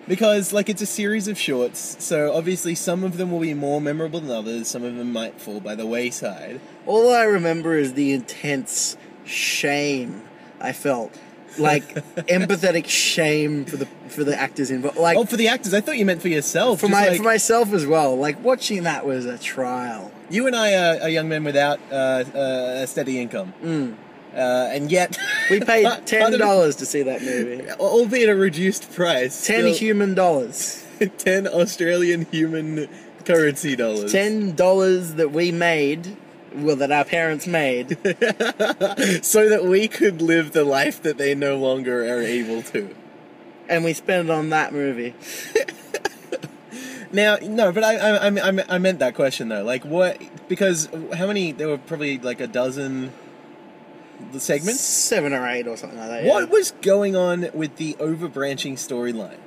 Because like it's a series of shorts, so obviously some of them will be more memorable than others. Some of them might fall by the wayside. All I remember is the intense shame I felt, like empathetic shame for the for the actors involved. Like Oh, for the actors, I thought you meant for yourself. for just my like- for myself as well. Like watching that was a trial. You and I are, are young men without uh, uh, a steady income. Mm. Uh, and yet. We paid part- part ten of it- dollars to see that movie. Albeit a reduced price. Ten still- human dollars. 10 Australian human currency dollars. Ten dollars that we made, well, that our parents made. so that we could live the life that they no longer are able to. and we spent it on that movie. Now, no, but I, I, I, I- I meant that question though. Like, what? Because how many? There were probably like a dozen segments. Seven or eight or something like that. What yeah. was going on with the overbranching storyline?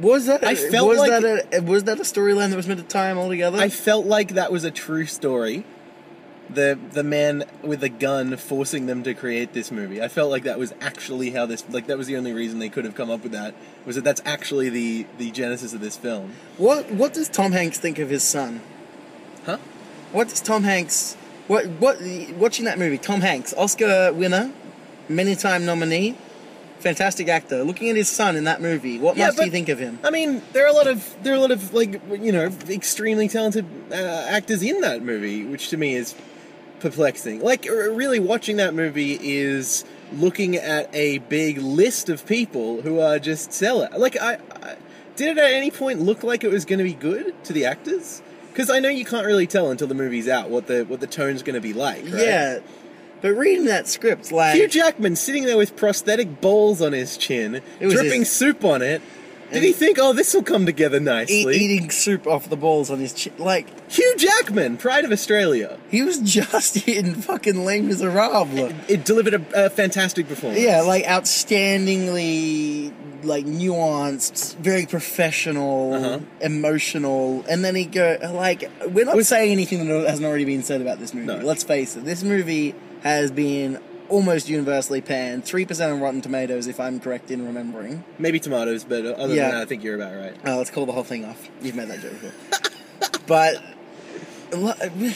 was that? I felt was like- that a was that a storyline that was meant to tie them all together? I felt like that was a true story. The the man with a gun forcing them to create this movie. I felt like that was actually how this like that was the only reason they could have come up with that was that that's actually the the genesis of this film. What What does Tom Hanks think of his son? Huh? What does Tom Hanks? What What watching that movie? Tom Hanks, Oscar winner, many time nominee, fantastic actor. Looking at his son in that movie, what Yeah, must but- he think of him? I mean, there are a lot of there are a lot of like you know extremely talented uh, actors in that movie, which to me is perplexing. Like r- really watching that movie is looking at a big list of people who are just seller. Like I, I did it at any point look like it was going to be good to the actors? Because I know you can't really tell until the movie's out what the what the tone's going to be like. Right? Yeah, but reading that script, like Hugh Jackman sitting there with prosthetic balls on his chin, It was dripping his- soup on it. Did he think, oh, this will come together eat, nicely? eating soup off the balls on his chin, like Hugh Jackman, Pride of Australia. he was just in fucking Les Miserables. It delivered a, a fantastic performance. Yeah, like outstandingly like nuanced, very professional, Uh-huh. emotional, and then he go like we're not saying anything that hasn't already been said about this movie. No. Let's face it, this movie has been almost universally panned, three percent on Rotten Tomatoes, if I'm correct in remembering. Maybe tomatoes, but other Yeah. than that, I think you're about right. Oh, let's call the whole thing off. You've made that joke before, but. lo- uh,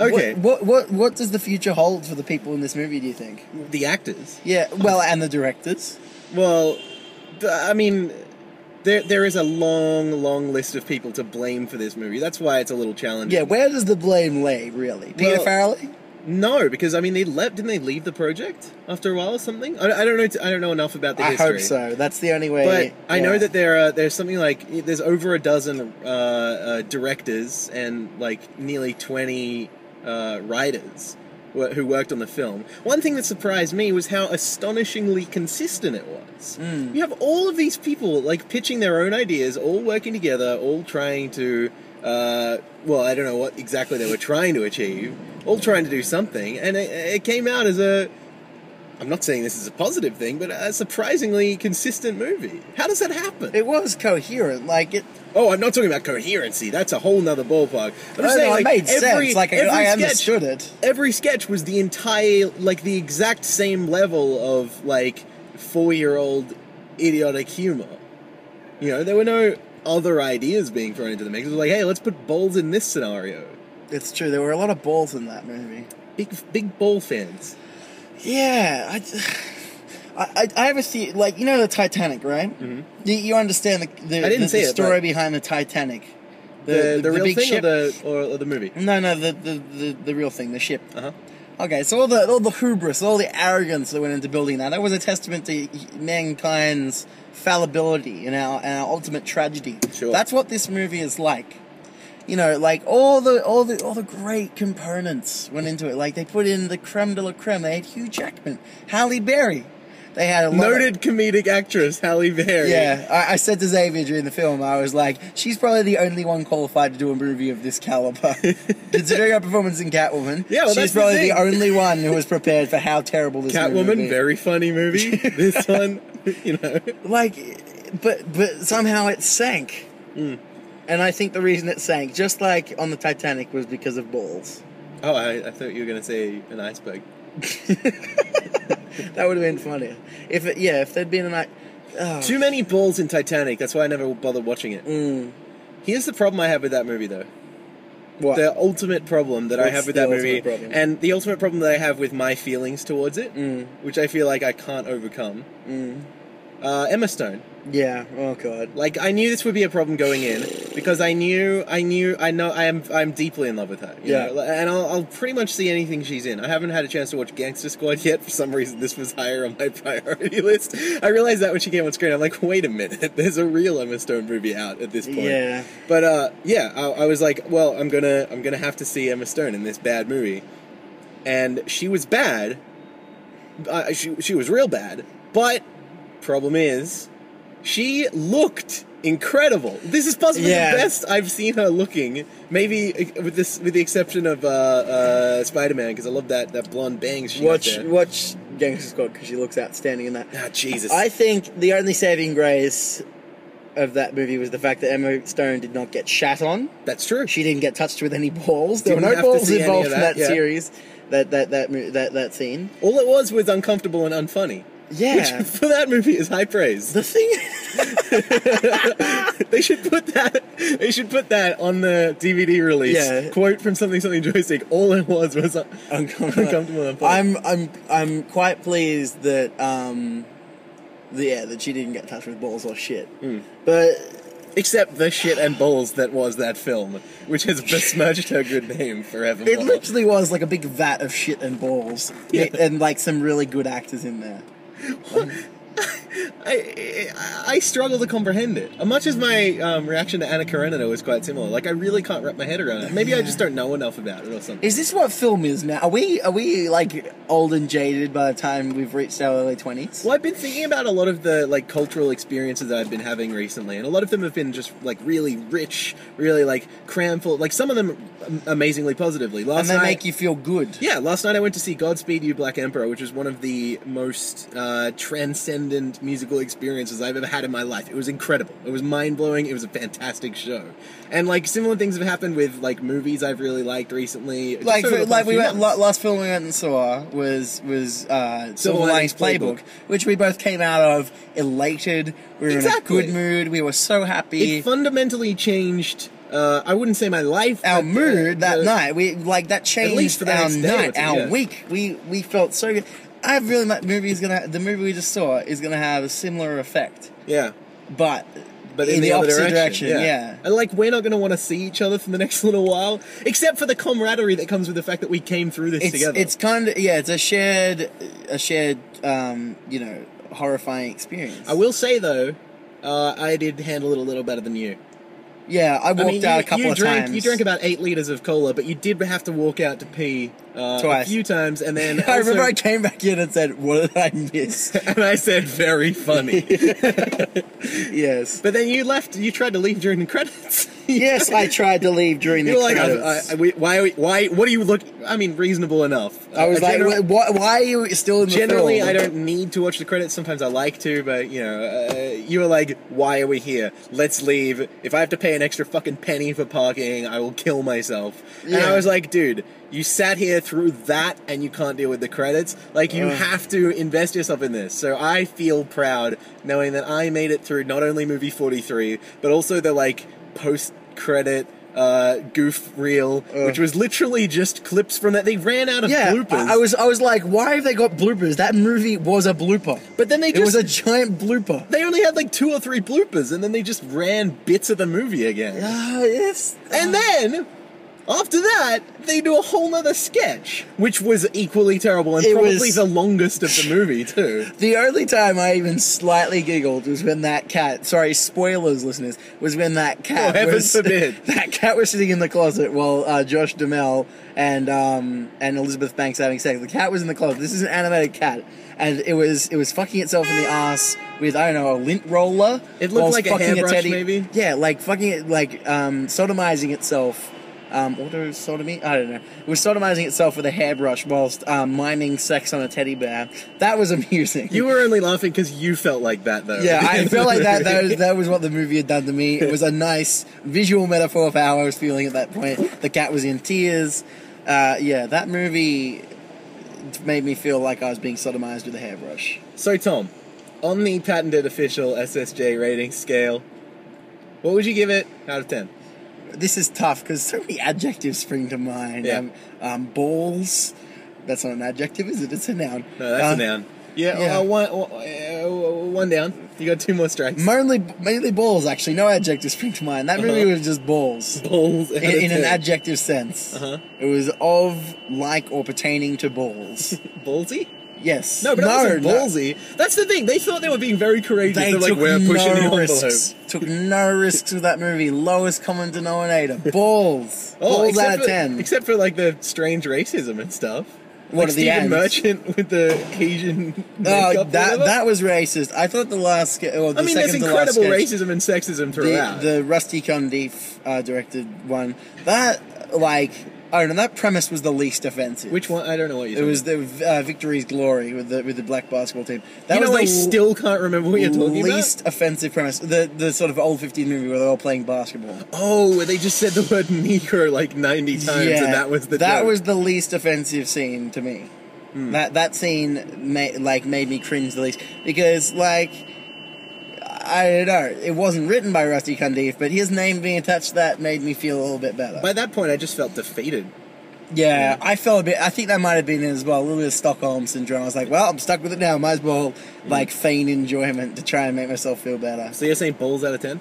Okay. What, what what what does the future hold for the people in this movie? Do you think? The actors. Yeah. Well, and the directors. Well, th- I mean, there there is a long, long list of people to blame for this movie. That's why it's a little challenging. Yeah, where does the blame lay, really? Peter Well- Farrelly? No, because I mean, they left. Didn't they leave the project after a while or something? I, I don't know. I don't know enough about the I history. hope so. That's the only way. But I know yeah. that there are there's something like there's over a dozen uh, uh, directors and like nearly twenty uh, writers wh- who worked on the film. One thing that surprised me was how astonishingly consistent it was. You have all of these people like pitching their own ideas, all working together, all trying to. Uh, well, I don't know what exactly they were trying to achieve. All trying to do something, and it, it came out as a I'm not saying this is a positive thing, but a surprisingly consistent movie. How does that happen? it was coherent. Like it, oh, I'm not talking about coherency. That's a whole nother ballpark. But I'm I don't saying know, like, it made every, sense. Like I- every I sketch, understood it. Every sketch was the entire, like the exact same level of like four-year-old idiotic humor. You know, there were no other ideas being thrown into the mix. It was like, hey, let's put balls in this scenario. It's true. There were a lot of balls in that movie. Big, big ball fans. Yeah, I, I, I- I have a the like you know the Titanic, right? Mm-hmm. You, you understand the the, I didn't the, see the it, story but- behind the Titanic, The, the, real thing or the or, or the movie. No, no, the, the, the, the real thing, the ship. Uh huh. Okay, so all the all the hubris, all the arrogance that went into building that, that was a testament to mankind's fallibility and our, and our ultimate tragedy. Sure. That's what this movie is like. You know, like all the all the all the great components went into it. Like they put in the creme de la creme. They had Hugh Jackman, Halle Berry. They had a lot of- Noted comedic actress Halle Berry. yeah, I, I said to Xavier during the film, I was like, she's probably the only one qualified to do a movie of this caliber. Considering her performance in Catwoman, Yeah, well, she's that's the probably the, thing. only one who was prepared for how terrible this movie would Catwoman, be. very funny movie. this one, you know. like, but but somehow it sank. Hmm. And I think the reason it sank, just like on the Titanic, was because of balls. Oh, I, I thought you were gonna say an iceberg. That would have been funnier if it, yeah, if there'd been an. Oh, Too many balls in Titanic. That's why I never bothered watching it. Mm. Here's the problem I have with that movie, though. what? The ultimate problem that I What's have with the that movie, ultimate problem? Mm. and the ultimate problem that I have with my feelings towards it, which I feel like I can't overcome. Uh, Emma Stone. yeah. Oh god. Like I knew this would be a problem going in because I knew I knew I know I am I'm deeply in love with her. you Yeah. know, and I'll, I'll pretty much see anything she's in. I haven't had a chance to watch Gangster Squad yet. For some reason, this was higher on my priority list. I realized that when she came on screen, I'm like, wait a minute, there's a real Emma Stone movie out at this point. Yeah. But uh, yeah, I, I was like, well, I'm gonna I'm gonna have to see Emma Stone in this bad movie, and she was bad. Uh, she she was real bad, but problem is, she looked incredible. This is possibly Yeah. the best I've seen her looking. Maybe uh, with this, with the exception of uh, uh, Spider Man, because I love that that blonde bangs she Watch got there. watch Gangster Squad because she looks outstanding in that. Ah, Jesus. I think the only saving grace of that movie was the fact that Emma Stone did not get shat on. That's true. She didn't get touched with any balls. There Didn't were no have to balls see any involved of in that, that yeah. series. That that that mo- that that scene. All it was was uncomfortable and unfunny. Yeah. Which for that movie is high praise. the thing. they should put that. They should put that on the DVD release. Yeah. Quote from something something joystick. All it was was un- Uncomfortable. uncomfortable and funny. I'm I'm I'm quite pleased that um, the, yeah, that she didn't get touched with balls or shit. But Except the shit and balls that was that film, which has besmirched her good name forever. it literally was like a big vat of shit and balls, Yeah. and like some really good actors in there. I, I I struggle to comprehend it. Uh, Much as my um, reaction to Anna Karenina was quite similar. Like I really can't wrap my head around it. Maybe I just don't know enough about it or something. Is this what film is now? Are we are we like old and jaded by the time we've reached our early twenties? Well, I've been thinking about a lot of the like cultural experiences that I've been having recently, and a lot of them have been just like really rich, really like crammed full. Like some of them am- amazingly positively. Last And they night, make you feel good. yeah, last night I went to see Godspeed You Black Emperor, which is one of the most uh, transcendent musical experiences I've ever had in my life. It was incredible. It was mind blowing. It was a fantastic show. And like similar things have happened with like movies I've really liked recently. just Like over for, the like past we few went months. la- last film we went and saw was was uh, Silver Linings Linings Playbook, Playbook. which we both came out of elated. We were Exactly. in a good mood. We were so happy. It fundamentally changed. Uh, I wouldn't say my life. our but, uh, mood that the- night. We like that changed least for the our next day or night, two, our yeah. week. We we felt so good. I really like movie is gonna the movie we just saw is gonna have a similar effect. Yeah. but but in, In the, the other opposite direction. direction, yeah. And like we're not going to want to see each other for the next little while, except for the camaraderie that comes with the fact that we came through this it's, together. It's kind of yeah. It's a shared, a shared, um, you know, horrifying experience. I will say though, uh, I did handle it a little better than you. Yeah, I walked I mean, out you, a couple you of drank, times. You drank about eight liters of cola, but you did have to walk out to pee uh, Twice. a few times, and then also- I remember I came back in and said, "What did I miss?" and I said very funny. yes. but then you left. You tried to leave during the credits. Yes, I tried to leave during the You were like, I, I, credits. I- we- why, are we- why, what do you look? I mean, reasonable enough. I was Uh, like, gener- "Wh- why, why are you still in the generally, film?" I don't need to watch the credits. Sometimes I like to, but you know, uh, you were like, why are we here? Let's leave. If I have to pay an extra fucking penny for parking, I will kill myself. And I Yeah. was like, dude, you sat here through that, and you can't deal with the credits. Like, you Ugh. have to invest yourself in this. So I feel proud knowing that I made it through not only movie forty three, but also the like post credit. Uh, goof reel, which was literally just clips from that. They ran out of Yeah, bloopers. I, I was. I was like, "Why have they got bloopers?" That movie was a blooper. but then they it just was a giant blooper. They only had like two or three bloopers, and then they just ran bits of the movie again. Ah, yes. And then, after that, they do a whole nother sketch, which was equally terrible and It probably was- the longest of the movie too. The only time I even slightly giggled was when that cat. Sorry, spoilers, listeners. Was when that cat. Oh, heaven was, forbid. That cat was sitting in the closet while uh, Josh Duhamel and um, and Elizabeth Banks having sex. The cat was in the closet. This is an animated cat, and it was it was fucking itself in the ass with I don't know a lint roller. It looked whilst like a fucking hairbrush, teddy- maybe? Yeah, like fucking it, like um, sodomizing itself. Um, auto sodomy? I don't know. It was sodomizing itself with a hairbrush whilst um, miming sex on a teddy bear. That was amusing. You were only laughing because you felt like that, though. Yeah, I feel like that, that, was, that was what the movie had done to me. It was a nice visual metaphor for how I was feeling at that point. The cat was in tears. Uh, yeah, that movie made me feel like I was being sodomized with a hairbrush. so, Tom, on the patented official SSJ rating scale, what would you give it out of ten? This is tough because so many adjectives spring to mind. Yeah. Um, um, balls. That's not an adjective, is it? It's a noun. No, that's Uh, a noun. Yeah, yeah. Uh, one, uh, one down. You got two more strikes. Mainly, mainly balls, actually. No adjectives spring to mind. That movie Uh-huh. was just balls. Balls out of In, in an 10. adjective sense. Uh-huh. It was of, like, or pertaining to balls. ballsy. Yes. No, but that wasn't no. ballsy. That's the thing. They thought they were being very courageous. They They're like, took we're pushing no the envelope. risks. Took no risks with that movie. Lowest common denominator. Balls. Balls Oh, except out of for- ten. Except for like the strange racism and stuff. like What are the Stephen ends? Merchant with the Asian Oh, makeup. or that whatever. that was racist. I thought the last. ske- Well, the I mean, second there's to last incredible sketch, racism and sexism throughout. The, the Rusty Condeef uh, directed one. That like I don't know. That premise was the least offensive. Which one? I don't know what you're It talking was the uh, Victory's Glory with the with the black basketball team. about. That You was know, the I l- still can't remember what you're talking least offensive premise. The the sort of old 15 movie where they're all playing basketball. about. Oh, where they just said the word Negro like 90 times and that was the that joke. Hmm. was the least offensive scene to me. That that scene ma- like made me cringe the least because like I don't know it wasn't written by Rusty Cundiff, but his name being attached to that made me feel a little bit better. By that point, I just felt defeated. yeah, I felt a bit. I think that might have been it as well a little bit of Stockholm syndrome. I was like, well, I'm stuck with it now. Might as well Hmm. like feign enjoyment to try and make myself feel better. So you're saying balls out of 10?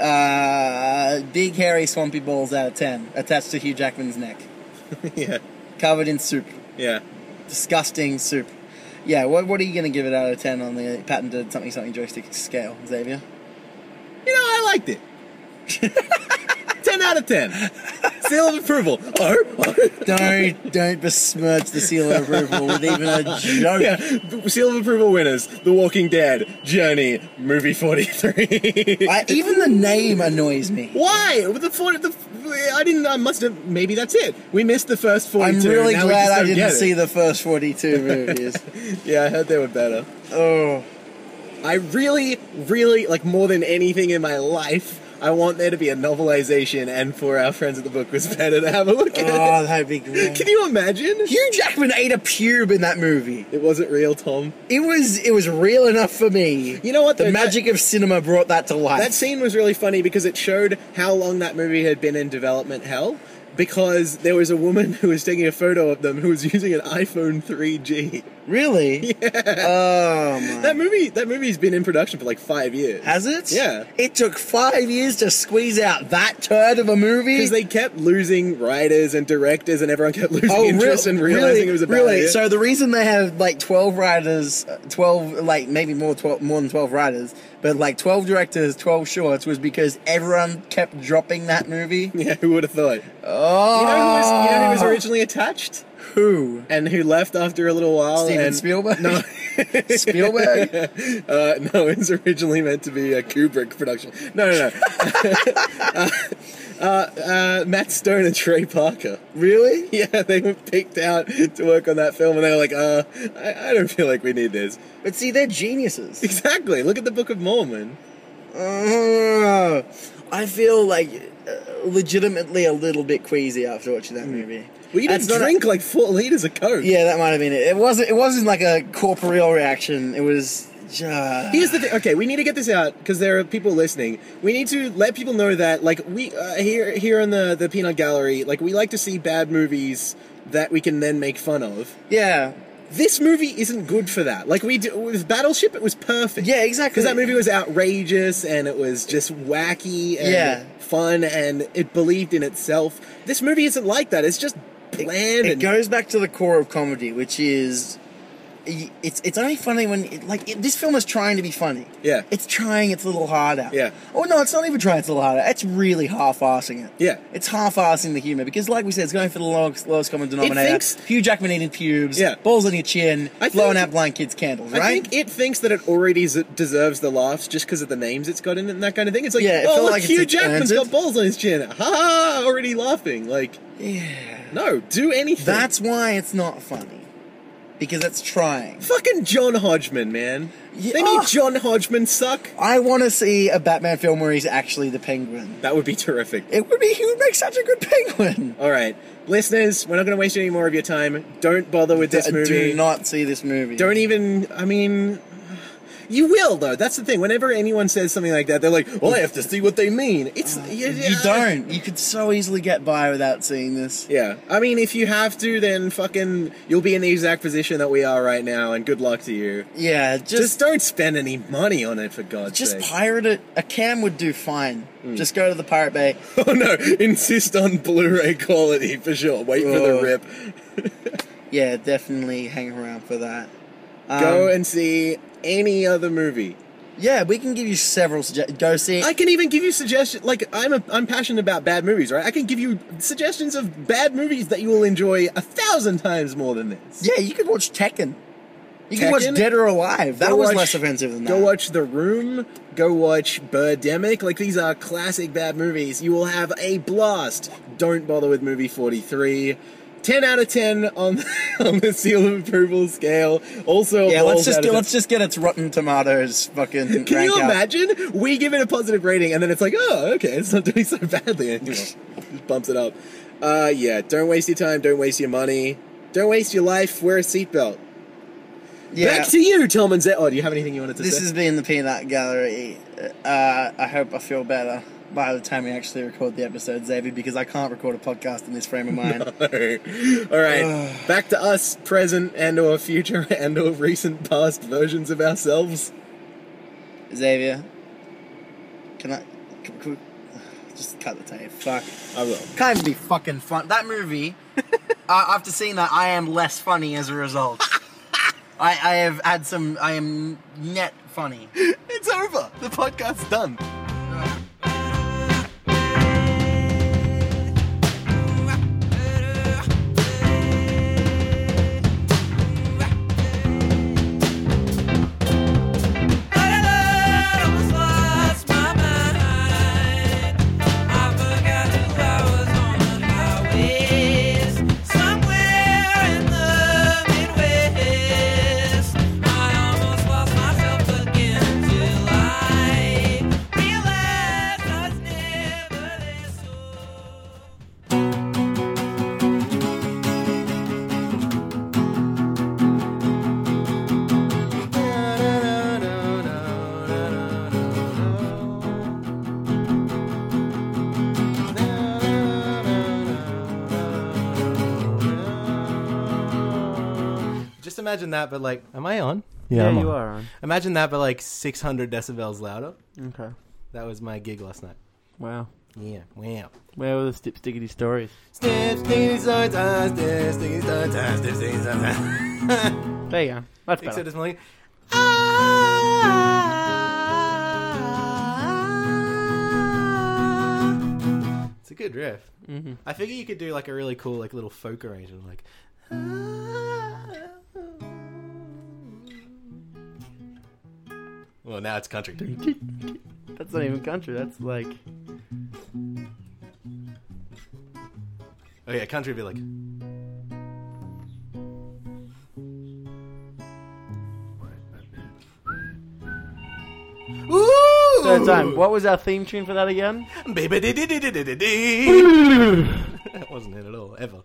Uh, big hairy swampy balls out of ten attached to Hugh Jackman's neck, yeah. covered in soup. Yeah. disgusting soup. Yeah, what, what are you going to give it out of 10 on the patented something something joystick scale, Xavier? You know, I liked it. 10 out of 10. Seal of approval. Oh, oh. Don't don't besmirch the seal of approval with even a joke. Yeah, seal of approval winners The Walking Dead, Journey, Movie 43. I, even the name annoys me. Why? With The 40, the, I didn't, I must have, maybe that's it. We missed the first 42. I'm really now we glad just I don't didn't get it. see the first 42 movies. Yeah, I heard they were better. oh, I really, really, like more than anything in my life, I want there to be a novelization and for our friends at the book was better to have a look at it. oh, that'd be great. Can you imagine? Hugh Jackman ate a pube in that movie. It wasn't real, Tom. It was it was real enough for me. You know what? The though? magic of cinema brought that to life. That scene was really funny because it showed how long that movie had been in development hell. because there was a woman who was taking a photo of them who was using an iPhone 3G. Really? Oh my. That movie, that movie's been in production for like five years. Has it? Yeah. It took five years to squeeze out that turd of a movie. Because they kept losing writers and directors, and everyone kept losing interest and realizing Oh, really, it was a bad really. idea. So the reason they have like twelve writers, uh, twelve like maybe more, 12, more than twelve writers, but like twelve directors, twelve shorts, was because everyone kept dropping that movie. yeah, who would have thought? Oh, You know who was, you know who was originally attached who? and who left after a little while? Steven Oh, and, Spielberg. No, Spielberg. uh, no, it was originally meant to be a Kubrick production. No, no, no. uh, uh, uh, Matt Stone and Trey Parker. Really? Yeah, they were picked out to work on that film, and they were like, uh, I, I don't feel like we need this. But see, they're geniuses. Exactly. Look at the Book of Mormon. Uh, I feel like uh, legitimately a little bit queasy after watching that movie. We Hmm. didn't That's not a- drink like four liters of Coke. yeah, that might have been it. It wasn't. It wasn't like a corporeal reaction. It was just. Here's the thing. Okay, we need to get this out because there are people listening. We need to let people know that, like, we uh, here here in the the Peanut Gallery, like, we like to see bad movies that we can then make fun of. Yeah. This movie isn't good for that. Like we do, with Battleship, it was perfect. Yeah, exactly. Because that movie was outrageous and it was just wacky and Yeah. fun and it believed in itself. This movie isn't like that. It's just bland It and goes back to the core of comedy, which is. y- It's it's only funny when it- like it, this film is trying to be funny. Yeah. It's trying its little hard out. Yeah. Oh no, it's not even trying its little hard out. It's really half-assing it. Yeah. It's half-assing the humor because, like we said, it's going for the lowest, lowest common denominator. thinks- Hugh Jackman eating pubes. Yeah. Balls on your chin. I blowing think- out blind kids' candles. Right. I think it thinks that it already z- deserves the laughs just because of the names it's got in it and that kind of thing. It's like, Yeah, it oh, felt look, like it's Hugh earned Jackman's it. got balls on his chin. Ha ha, ha, already laughing. Like, yeah. no, do anything. That's why it's not funny. Because it's trying. fucking John Hodgman, man. Yeah. They made Oh. John Hodgman suck. I want to see a Batman film where he's actually the penguin. That would be terrific. It would be, he would make such a good penguin. All right, listeners, we're not going to waste any more of your time. Don't bother with this D- movie. Do not see this movie. Don't e- even. I mean. You will though. That's the thing. Whenever anyone says something like that, they're like, "Well, I have to see what they mean." It's yeah, Uh, You yeah. don't. You could so easily get by without seeing this. Yeah. I mean, if you have to, then fucking you'll be in the exact position that we are right now, and good luck to you. Yeah, Just, just don't spend any money on it, for God's just, sake. pirate it. A cam would do fine. Hmm. Just go to the Pirate Bay. oh no! Insist on Blu-ray quality for sure. Wait for the Ugh. rip. Yeah, definitely hang around for that. Um, Go and see any other movie. yeah, we can give you several suggestions. Go see. I can even give you suggestions. Like I'm, a, I'm passionate about bad movies, right? I can give you suggestions of bad movies that you will enjoy a thousand times more than this. yeah, you could watch Tekken. You could watch Tekken? Dead or Alive. That Go was watch- less offensive than that. Go watch The Room. Go watch Birdemic. Like these are classic bad movies. You will have a blast. Don't bother with movie 43. 10 out of 10 on on the seal of approval scale. Also, Yeah, let's balls out just of get, the- let's just get its Rotten Tomatoes fucking. Can you rank out. imagine? We give it a positive rating, and then it's like, oh, okay, it's not doing so badly anymore. Just bumps it up. Uh, yeah, don't waste your time. Don't waste your money. Don't waste your life. Wear a seatbelt. Yeah, Back to you, Tom and Zed. Oh, do you have anything you wanted to this say? has been the Peanut Gallery. Uh, I hope I feel better by the time we actually record the episode, Xavier, because I can't record a podcast in this frame of mind. All right, back to us, present and or future and or recent past versions of ourselves. Xavier, can I? Can, can, just cut the tape. Fuck. I will. Can't even be fucking fun. That movie. uh, after seeing that, I am less funny as a result. I, I have had some. I am net funny. It's over. The podcast's done. I almost lost myself again till I realized. imagine that, but like, am I on? Yeah, I'm you on. are on. Imagine that, but like 600 decibels louder. Okay. That was my gig last night. Wow. Yeah, wow. Where were the Stip Stickety stories? Snip, sticky, star, tie, snip, sticky, star, tie, snip, sticky, star, tie. There you go. That's Except better. it's more like, "Ah." it's a good riff. Mm-hmm. I figure you could do like a really cool like little folk arrangement, like. "Ah." Well, now it's country. That's not even country. That's like Oh yeah, country would be like. Ooh! third time. What was our theme tune for that again? Baby, dee dee dee dee dee dee dee. That wasn't it at all, ever.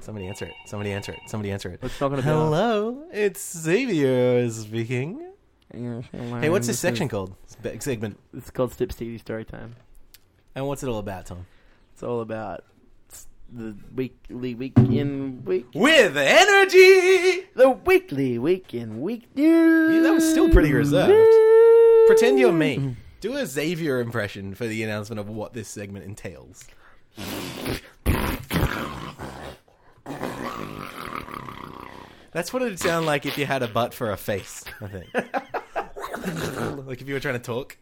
Somebody answer it. Somebody answer it. Somebody answer it. It's not gonna be Hello, it's Xavier speaking. Hey, what's this this section called? It's big Segment. It's called Stip Stickety Story Time. And what's it all about, Tom? It's all about s- the weekly week in week With energy. the weekly week in week news. Yeah, that was still pretty reserved. Pretend you're Mm. me. Do a Xavier impression for the announcement of what this segment entails. That's what it'd sound like if you had a butt for a face, I think. like if you were trying to talk.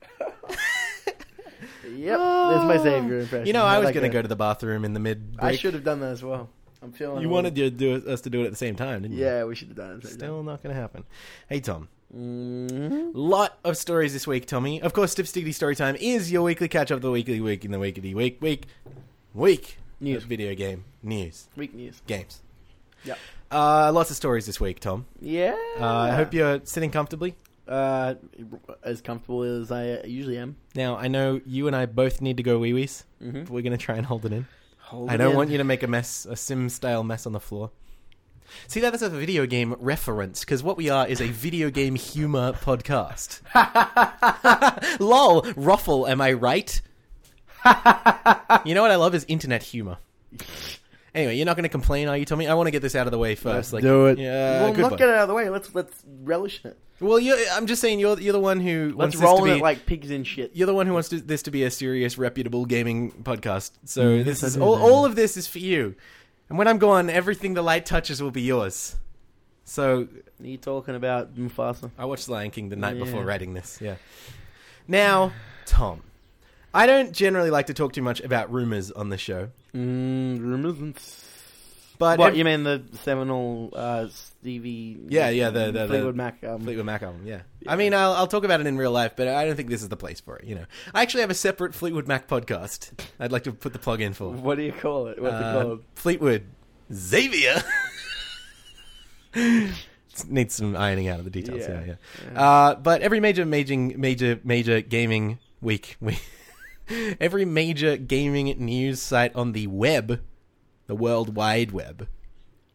Yep, there's my savior impression. You know, I was like going to it. go to the bathroom in the mid I break. should have done that as well. I'm feeling. You a little- wanted to do it, us to do it at the same time, didn't you? Yeah, we should have done it. Still not going to happen. Hey, Tom. Mhm. Lot of stories this week, Tommy. Of course, Stiff Stickity Storytime is your weekly catch up of the weekly week in the weekly week week week News. of video game news Week news. games. Yep. Uh, lots of stories this week, Tom. Yeah. Uh, I hope you're sitting comfortably. uh, as comfortable as I usually am. Now, I know you and I both need to go wee wees. Mhm. We're going to try and hold it in. Hold I don't want you to make a mess, a sim style mess on the floor. See, that is a video game reference because what we are is a video game humor podcast. Lol, ruffle, am I right? you know what I love is internet humor. Anyway, you're not going to complain, are you, Tommy? I want to get this out of the way 1st like, do it. Yeah, well, good not one. get it out of the way. Let's let's relish it. Well, you I'm just saying you're you're the one who Let's wants this roll to in be it like pigs in shit. you're the one who wants to, this to be a serious, reputable gaming podcast. Mm, So this is all, all of this is for you. And when I'm gone, everything the light touches will be yours. So Are you talking about Mufasa? I watched Lion King the night Yeah. before writing this. Yeah. Now, Tom, I don't generally like to talk too much about rumors on the show, Mm, rumors and. but What you mean the seminal uh, Stevie? Yeah, yeah, the- the- the- Fleetwood Mac. Um, Fleetwood Mac album, yeah. I mean, I'll, I'll talk about it in real life, but I don't think this is the place for it. You know, I actually have a separate Fleetwood Mac podcast. I'd like to put the plug in for. What do you call it? What's Uh, it called? Fleetwood Xavier. Needs some ironing out of the details. Yeah, Yeah. yeah. Uh, but every major, major, major, major gaming week, we every major gaming news site on the web, the World Wide Web.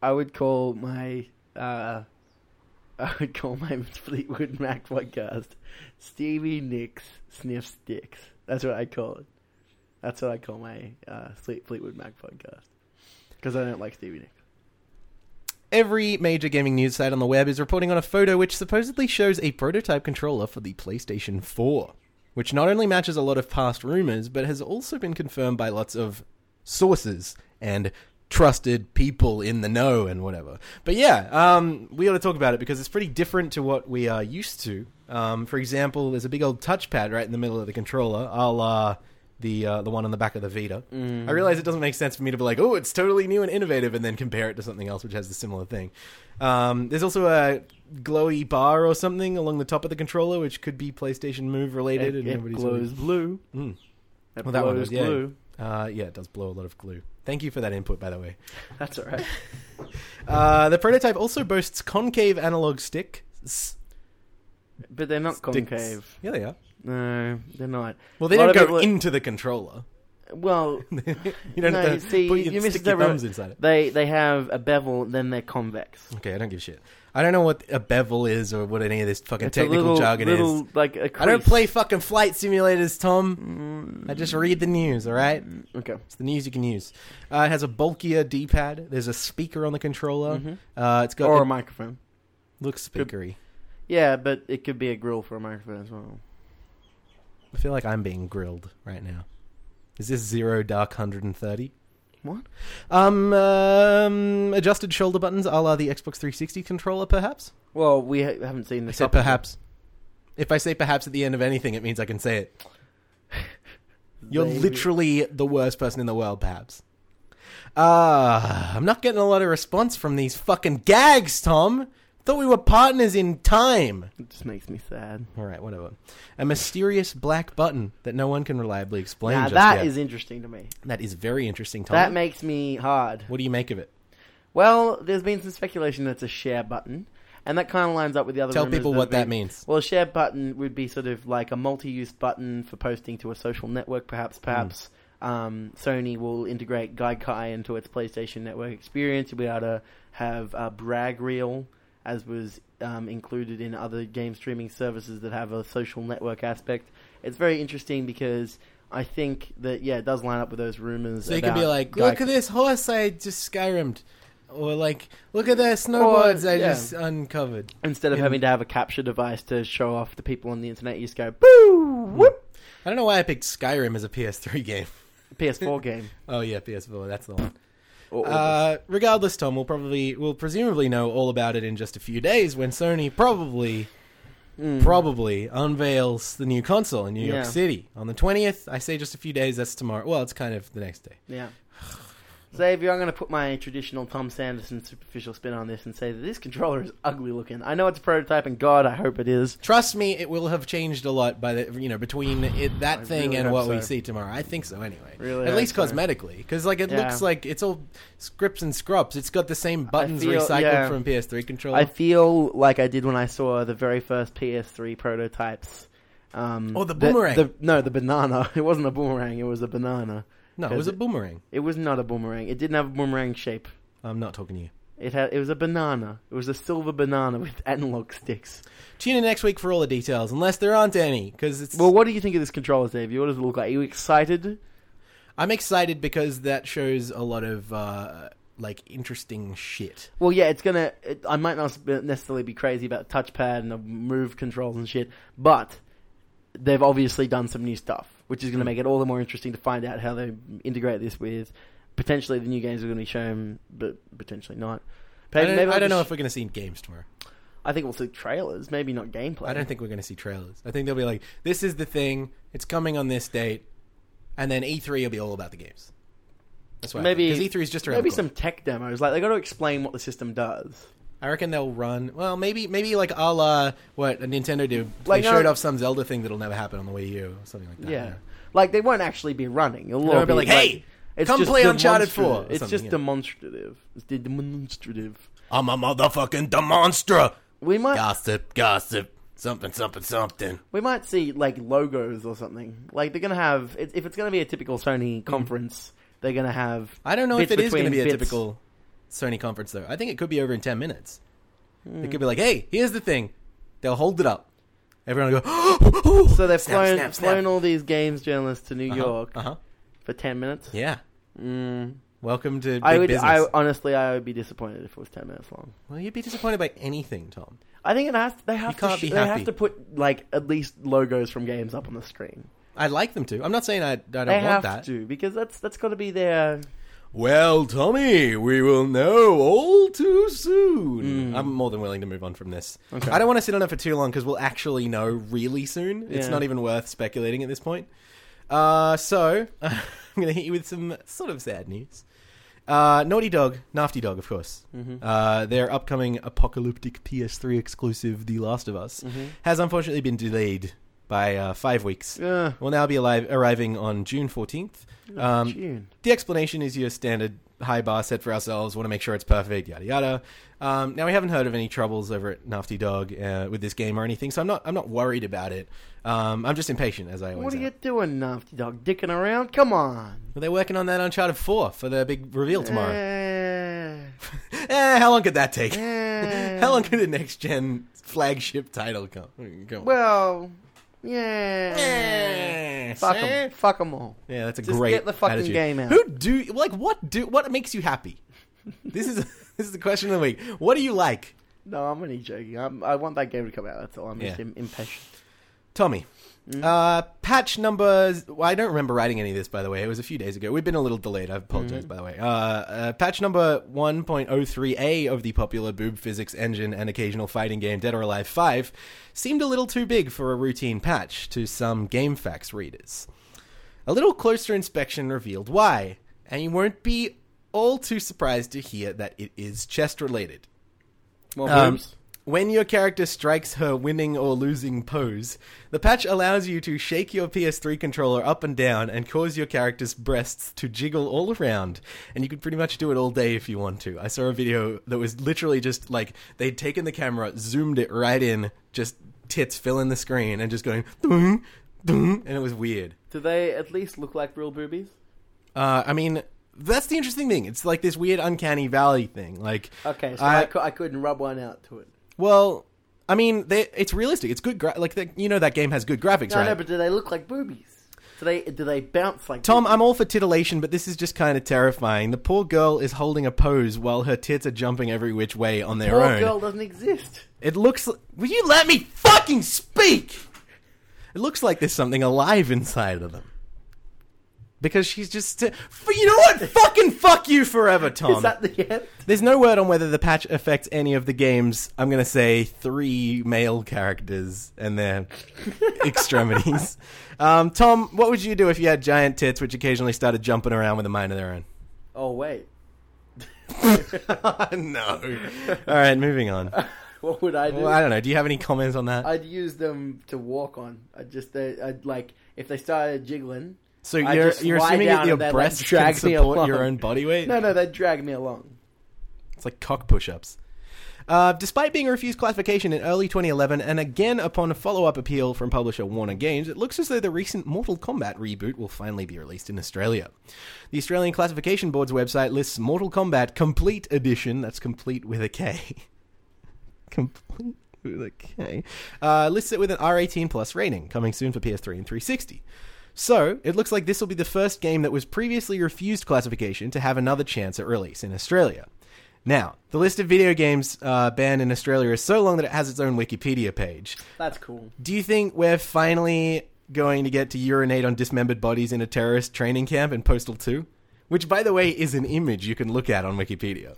I would call my uh, I would call my Fleetwood Mac podcast Stevie Nicks Sniff Sticks. That's what I call it. That's what I call my uh, Fleet- Fleetwood Mac podcast because I don't like Stevie Nicks. Every major gaming news site on the web is reporting on a photo which supposedly shows a prototype controller for the PlayStation 4, which not only matches a lot of past rumors, but has also been confirmed by lots of sources and trusted people in the know and whatever. But yeah, um, we ought to talk about it because it's pretty different to what we are used to. Um, for example, there's a big old touchpad right in the middle of the controller, a la the uh, the one on the back of the Vita. Mm. I realize it doesn't make sense for me to be like, oh, it's totally new and innovative, and then compare it to something else which has the similar thing. Um, there's also a glowy bar or something along the top of the controller, which could be PlayStation Move related. It, and it nobody's glows really- blue. Mm. It Well, that one blows does, yeah. blue. Uh, yeah, it does blow a lot of glue. Thank you for that input, by the way. That's all right. Uh, the prototype also boasts concave analog stick. S- But they're not sticks. concave. Yeah, they are. No, they're not. Well, they A lot don't of go people- into the controller. Well, you don't no, have to see, put you your, missed stick your thumbs inside it. They they have a bevel, then they're convex. Okay, I don't give a shit. I don't know what a bevel is or what any of this fucking It's a technical little, jargon little, is. Like a crease. I don't play fucking flight simulators, Tom. I just read the news, all right? Okay. It's the news you can use. Uh, it has a bulkier D-pad. There's a speaker on the controller. Uh, it's got Mm-hmm. Or it a microphone. looks speakery. Yeah, but it could be a grill for a microphone as well. I feel like I'm being grilled right now. Is this zero dark hundred and thirty? What? Um, um, adjusted shoulder buttons, a la the Xbox 360 controller, perhaps. Well, we ha- haven't seen I this. said perhaps. If I say perhaps at the end of anything, it means I can say it. You're Maybe. literally the worst person in the world, perhaps. Ah, I'm not getting a lot of response from these fucking gags, Tom. Thought we were partners in time. It just makes me sad. All right, whatever. A mysterious black button that no one can reliably explain. Now just that yet. is interesting to me. that is very interesting, Tom. That makes me hard. what do you make of it? Well, there's been some speculation that it's a share button, and that kind of lines up with the other. Tell rumors people that what have that been- means. Well, a share button would be sort of like a multi-use button for posting to a social network, Hmm. perhaps. Perhaps um, Sony will integrate Gaikai into its PlayStation Network experience. You'll be able to have a brag reel, as was um, included in other game streaming services that have a social network aspect. It's very interesting because I think that yeah, it does line up with those rumors. So you could be about like, look Gaikai." at this horse I just skyrimed. Or like, look at the snowboards I yeah. just uncovered. Instead of In- having to have a capture device to show off the people on the internet, you just go boo whoop I don't know why I picked Skyrim as a PS3 game. PS4 game. Oh yeah, PS4, that's the one. Or- or Uh, regardless, Tom, we'll probably, we'll presumably know all about it in just a few days when Sony probably, probably unveils the new console in New York Yeah. City on the twentieth. I say just a few days. That's tomorrow. Well, it's kind of the next day. Yeah. Xavier, I'm going to put my traditional Tom Sanderson superficial spin on this and say that this controller is ugly looking. I know it's a prototype, and God, I hope it is. Trust me, it will have changed a lot by the you know between it, that I thing really and hope what we so. see tomorrow. I think so anyway. Really At hope least so. cosmetically, because like it Yeah. looks like it's all scripts and scrubs. It's got the same buttons feel- recycled yeah. from PS3 controller. I feel like I did when I saw the very first PS3 prototypes. Um, Oh, the boomerang. the- no, the banana. It wasn't a boomerang. It was a banana. no, it was a boomerang. It was not a boomerang. It didn't have a boomerang shape. I'm not talking to you. It had. It was a banana. It was a silver banana with analog sticks. Tune in next week for all the details, unless there aren't any, because it's. Well, what do you think of this controller, Xavier? What does it look like? Are you excited? I'm excited because that shows a lot of uh, like interesting shit. Well, yeah, it's gonna. It, I might not sp- necessarily be crazy about the touchpad and the move controls and shit, but they've obviously done some new stuff, which is gonna make it all the more interesting to find out how they integrate this with potentially the new games we're gonna be shown, but potentially not. I don't, Maybe I I'll don't know just- if we're going to see games tomorrow. I think we'll see trailers, maybe not gameplay. I don't think we're going to see trailers. I think they'll be like, "This is the thing. It's coming on this date," and then E3 will be all about the games. That's why Maybe- because E3 E is just around. Maybe the corner. some tech demos. Like they got to explain what the system does. I reckon they'll run. Well, maybe maybe like a la what Nintendo did. Like, they showed no- off some Zelda thing that'll never happen on the Wii U or something like that. Yeah. Like they won't actually be running. It'll all they'll be like, "Hey, come play Uncharted 4 or demonstrative. It's something, just yeah. demonstrative. It's de- demonstrative. I'm a motherfucking demonstra. We might Gossip, gossip, something, something, something. we might see like logos or something. Like they're gonna have it- if it's gonna be a typical Sony conference, they're gonna have. Mm. I don't know bits if it is going to between be a bits. typical Sony conference though. I think it could be over in ten minutes. It Hmm. could be like, "Hey, here's the thing." They'll hold it up. Everyone will go. So they've Snap, flown snap, snap. flown all these games journalists to New York Uh huh. for ten minutes. Yeah. Mm. Welcome to big I would. business. I honestly, I would be disappointed if it was ten minutes long. well, you'd be disappointed by anything, Tom. I think it has. They have can't to. be they have happy. to put like at least logos from games up on the screen. I'd like them to. I'm not saying I, I don't They want have that. to because that's that's got to be their. Well, Tommy, we will know all too soon. Hmm. I'm more than willing to move on from this. I don't want to sit on it for too long because we'll actually know really soon. It's Yeah. not even worth speculating at this point. Uh, so, I'm going to hit you with some sort of sad news. Uh, Naughty Dog, Nafty Dog, of course. Mm-hmm. Uh, their upcoming apocalyptic PS3 exclusive, The Last of Us, Mm-hmm. has unfortunately been delayed by uh, five weeks. Yeah. Will now be alive, arriving on June 14th. Um, June. the explanation is your standard high bar set for ourselves. Want to make sure it's perfect. Yada yada. Um, now we haven't heard of any troubles over at Nafty Dog uh, with this game or anything, so I'm not I'm not worried about it. Um, I'm just impatient as I always What are am. you doing, Nafty Dog? Dicking around? Come on. Well, They're working on that Uncharted Four for their big reveal tomorrow. Eh, Eh, how long could that take? eh. How long could the next gen flagship title come? go on? Well, yeah. Eh, Fuck see? 'em. Fuck 'em all. Yeah, that's a Just great. get the fucking attitude. game out. Who do like what do what makes you happy? This is this is the question of the week. What do you like, No, I'm only joking. I'm, I want that game to come out. That's all. I'm just Yeah. im- impatient. Tommy? Uh, patch numbers. Well, I don't remember writing any of this, by the way. It was a few days ago. We've been a little delayed. I apologize, by the way. Uh, uh, patch number 1.03a of the popular boob physics engine and occasional fighting game Dead or Alive 5 seemed a little too big for a routine patch to some GameFAQs readers. A little closer inspection revealed why, and you won't be all too surprised to hear that it is chest related. More Um, boobs. when your character strikes her winning or losing pose, the patch allows you to shake your PS3 controller up and down and cause your character's breasts to jiggle all around. And you can pretty much do it all day if you want to. I saw a video that was literally just like they'd taken the camera, zoomed it right in, just tits filling the screen, and just going, "Dung, dung," and it was weird. Do they at least look like real boobies? Uh, I mean, that's the interesting thing. It's like this weird uncanny valley thing. Like, Okay, so I- I, cou- I couldn't rub one out to it. Well, I mean, they, it's realistic. It's good. Gra- like the, you know, that game has good graphics, No, right? no, but do they look like boobies? Do they do they bounce like Tom, Boobies? I'm all for titillation, but this is just kind of terrifying. The poor girl is holding a pose while her tits are jumping every which way on their Poor own. girl doesn't exist. It looks. l- Will you let me fucking speak? It looks like there's something alive inside of them. Because she's just. St- F- you know what? fucking fuck you forever, Tom. Is that the end? There's no word on whether the patch affects any of the game's, I'm going to say, three male characters and their extremities. Um, Tom, what would you do if you had giant tits which occasionally started jumping around with a mind of their Oh wait, own? no. All right, moving on. what would I do? Well, I don't know. Do you have any comments on that? I'd use them to walk on. I just they, I'd like if they started jiggling. so I you're, just you're lie assuming down that your and they, like, breasts can drag me support along. your own body weight? No, no, they'd drag me along. It's like cock push ups. Uh, despite being refused classification in early 2011, and again upon a follow up appeal from publisher Warner Games, it looks as though the recent Mortal Kombat reboot will finally be released in Australia. The Australian Classification Board's website lists Mortal Kombat Complete Edition, that's complete with a K. complete with a K. Uh, lists it with an R18 plus rating, coming soon for PS3 and 360. So, it looks like this will be the first game that was previously refused classification to have another chance at release in Australia. Now, the list of video games uh, banned in Australia is so long that it has its own Wikipedia page. That's cool. Do you think we're finally going to get to urinate on dismembered bodies in a terrorist training camp in Postal 2? Which, by the way, is an image you can look at on Wikipedia.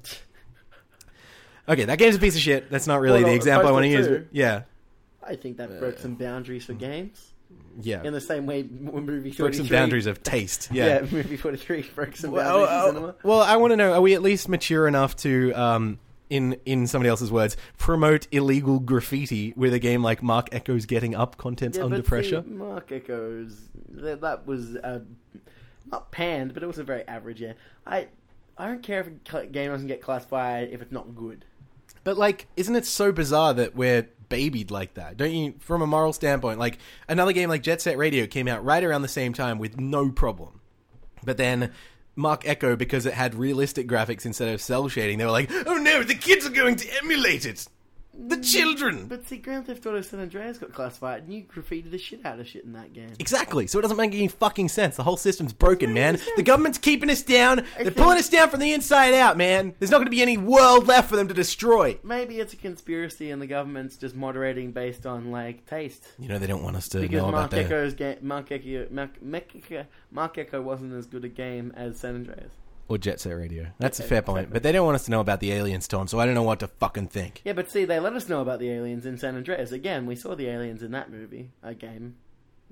Okay, that game's a piece of shit. That's not really Hold the on, example I want to Postal use. 2? but- Yeah. I think that broke some boundaries for games. Yeah. In the same way, m- movie Broke Mm-hmm. some 43 boundaries of taste. Yeah. Yeah. movie forty three broke some Well, boundaries. in uh, cinema. well, I want to know: Are we at least mature enough to, um, in in somebody else's words, promote illegal graffiti with a game like Mark Echo's Getting Up contents Yeah, under but pressure? See, Mark Echoes. That, that was uh, not panned, but it was a very average. Yeah, I I don't care if a cl- game doesn't get classified if it's not good. But like, isn't it so bizarre that we're babied like that? Don't you? From a moral standpoint, like another game like Jet Set Radio came out right around the same time with no problem, but then. Mark Echo, because it had realistic graphics instead of cell shading, they were like, oh no, the kids are going to emulate it! The children! But see, Grand Theft Auto San Andreas got classified, and you graffitied the shit out of shit in that game. Exactly. So it doesn't make any fucking sense. The whole system's broken, man. The government's keeping us down. They're pulling us down from the inside out, man. There's not going to be any world left for them to destroy. Maybe it's a conspiracy, and the government's just moderating based on like taste. You know they don't want us to Because know about Mark that. Echo's game, Mark Echo, Mark, Mark Echo, Mark Echo wasn't as good a game as San Andreas. Or Jet Set Radio. That's a fair point. But they don't want us to know about the aliens, Tom. So I don't know what to fucking think. Yeah, but see, they let us know about the aliens in San Andreas. Again, we saw the aliens in that movie, a game,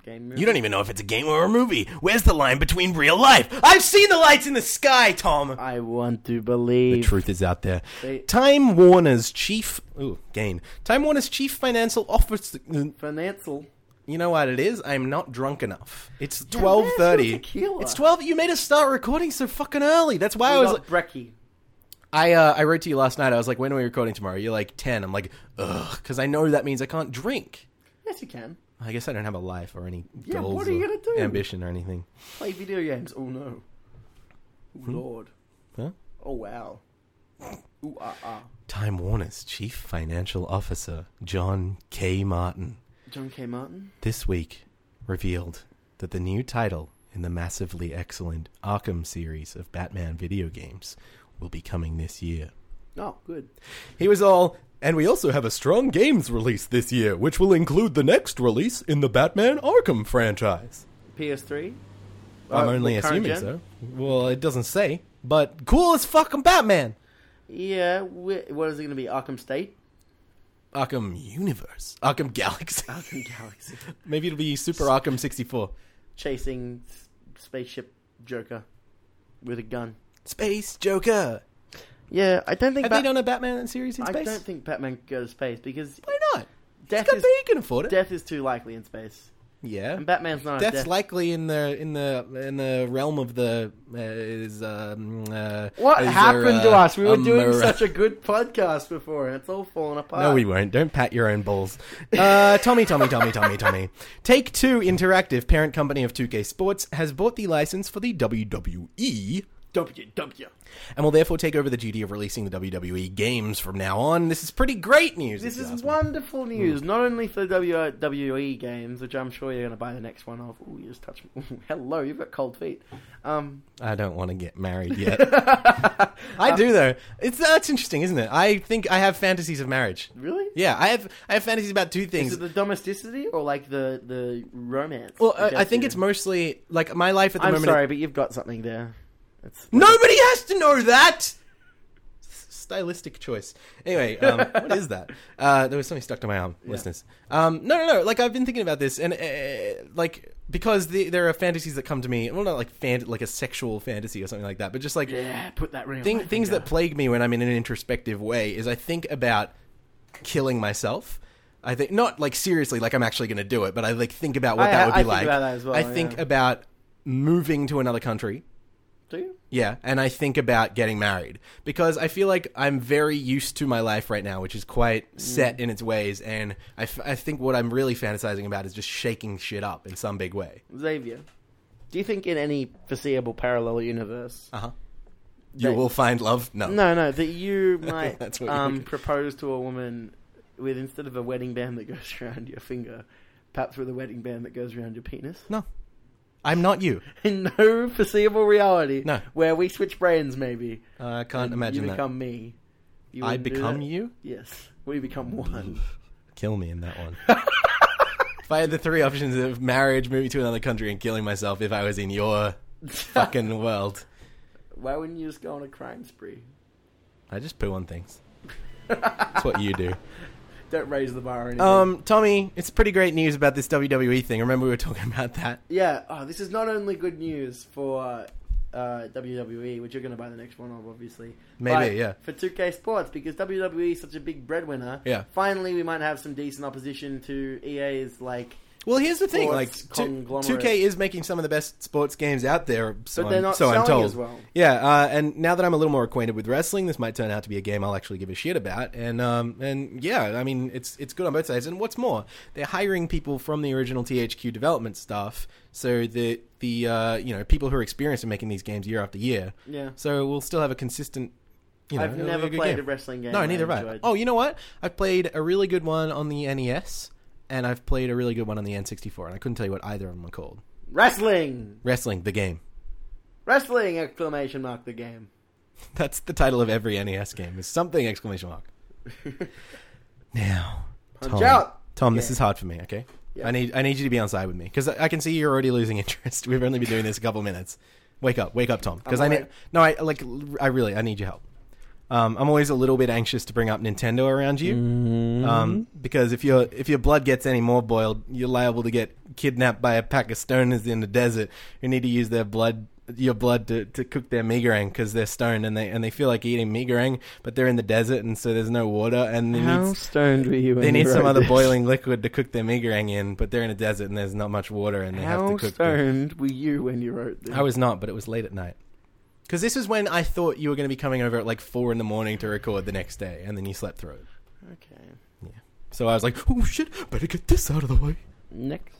game movie. You don't even know if it's a game or a movie. Where's the line between real life? I've seen the lights in the sky, Tom. I want to The believe. truth is out there. They- Time Warner's chief. Ooh, gain. Time Warner's chief financial officer. Financial. You know what it is? I'm not drunk enough. It's Yeah, where's twelve your thirty. tequila? It's twelve. You made us start recording so fucking early. That's why I We was. got Like, brekkie. I uh, I wrote to you last night. I was like, "When are we recording tomorrow?" You're like ten. I'm like, ugh, because I know that means I can't drink. Yes, you can I guess I don't have a life or any Yeah, goals what are you or gonna do? ambition or anything. play video games. Oh no, Ooh, lord. Hmm? Huh? Oh wow. Ooh ah ah. Time Warner's chief financial officer, John K. Martin, John K. Martin. this week revealed that the new title in the massively excellent Arkham series of Batman video games will be coming this year. Oh, good. He was all, and we also have a strong games release this year, which will include the next release in the Batman Arkham franchise. PS3. I'm Uh, only well, current assuming gen? so. Well, it doesn't say, but cool as fucking Batman! Yeah. Wh- what is it going to be? Arkham State. Arkham Universe. Arkham Galaxy. Arkham Galaxy. Maybe it'll be Super Arkham 64. Chasing s- spaceship Joker with a gun. Space Joker. Yeah, I don't think. Have Bat- they done a Batman series in I space? don't think Batman can go to space because Why not? death Scott is Baio can afford it. death is too likely in space, yeah. and Batman's not. Death's a death. likely in the in the in the realm of the uh, is um uh, What is happened there, to uh, us? We were doing mora- such a good podcast before, and it's all fallen apart. No, we won't. Don't pat your own balls. Uh, Tommy, Tommy, Tommy, Tommy, Tommy. Take Two Interactive, parent company of 2K Sports, has bought the license for the WWE W W. E. and will therefore take over the duty of releasing the WWE games from now on. This is pretty great news. This if you is ask me. wonderful news, not only for the WWE games, which I'm sure you're going to buy the next one of. Ooh, you just touched me. Ooh, hello, you've got cold feet. Um, I don't want to get married yet. I do though. It's that's interesting, isn't it? I think I have fantasies of marriage. really? Yeah, I have I have fantasies about two Is things. it the domesticity or like the the romance? well, It I, I does think you- it's mostly like my life at the I'm moment. sorry, but you've got something there. It's Nobody has to know that. S- Stylistic choice. Anyway, um, what is that? Uh, there was something stuck to my arm, listeners. Um, no, no, no. Like I've been thinking about this, and uh, like because the, there are fantasies that come to me. Well, not like fan, like a sexual fantasy or something like that, but just like yeah, put that ring. on thing, my things finger. that plague me when I'm in an introspective way is I think about killing myself. I think not like seriously, like I'm actually going to do it, but I like think about what I- that would be I think like. about that as well, I think yeah. about moving to another country. Do you? Yeah, and I think about getting married because I feel like I'm very used to my life right now, which is quite set in its ways, and I, f- I think what I'm really fantasizing about is just shaking shit up in some big way. Xavier, do you think in any foreseeable parallel universe? Uh huh. You Right. will find love. No. No, no, that you might that's what we um, did. propose to a woman with instead of a wedding band that goes around your finger, perhaps with a wedding band that goes around your penis. No. I'm not you. In no foreseeable reality, No. where we switch brains, maybe. Uh, I can't imagine you that. become me. You I wouldn't do become that? you? Yes, we become one. Kill me in that one. if I had the three options of marriage, moving to another country, and killing myself if I was in your fucking world, Why wouldn't you just go on a crime spree? I just poo on things. That's what you do. Don't raise the bar or anything. Um, Tommy, it's pretty great news about this WWE thing. Remember we were talking about that? Yeah, oh, this is not only good news for uh, WWE, which you're going to buy the next one of, obviously. Maybe, but yeah. For 2K Sports, because WWE is such a big breadwinner. Yeah. Finally, we might have some decent opposition to EA's, like. Well, here's the thing: Sports like conglomerate. two K is making some of the best sports games out there, so But they're I'm- not so I'm selling told. as well. Yeah, uh, and now that I'm a little more acquainted with wrestling, this might turn out to be a game I'll actually give a shit about. And um, and yeah, I mean, it's it's good on both sides. And what's more, they're hiring people from the original THQ development stuff, so the the uh, you know people who are experienced in making these games year after year. Yeah. So we'll still have a consistent. You know, I've it'll never be a good played game. a wrestling game. No, I neither have I. enjoyed. Oh, you know what? I've played a really good one on the NES, and I've played a really good one on the N64, and I couldn't tell you what either of them are called. Wrestling! Wrestling, the game. Wrestling! Exclamation mark the game. That's the title of every NES game. Is something exclamation mark. now, Punch Tom, out! Tom, this Yeah. is hard for me. Okay, Yeah. I need I need you to be on side with me because I, I can see you're already losing interest. We've only been doing this a couple minutes. Wake up, wake up, Tom. Because I I'm need awake. no, I like I really I need your help. Um, I'm always a little bit anxious to bring up Nintendo around you Mm. um, Mm-hmm. because if your if your blood gets any more boiled, you're liable to get kidnapped by a pack of stoners in the desert who need to use their blood your blood to, to cook their migarang because they're stoned and they and they feel like eating migarang, but they're in the desert and so there's no water and they How need, stoned were you? When they you need some wrote other this? boiling liquid to cook their migarang in, but they're in a desert and there's not much water and they have to How cook. them. stoned were you when you wrote this? I was not, but it was late at night. Because this is when I thought you were going to be coming over at like four in the morning to record the next day, and then you slept through it. okay. So I was like, "Oh shit, better get this out of the way." Next,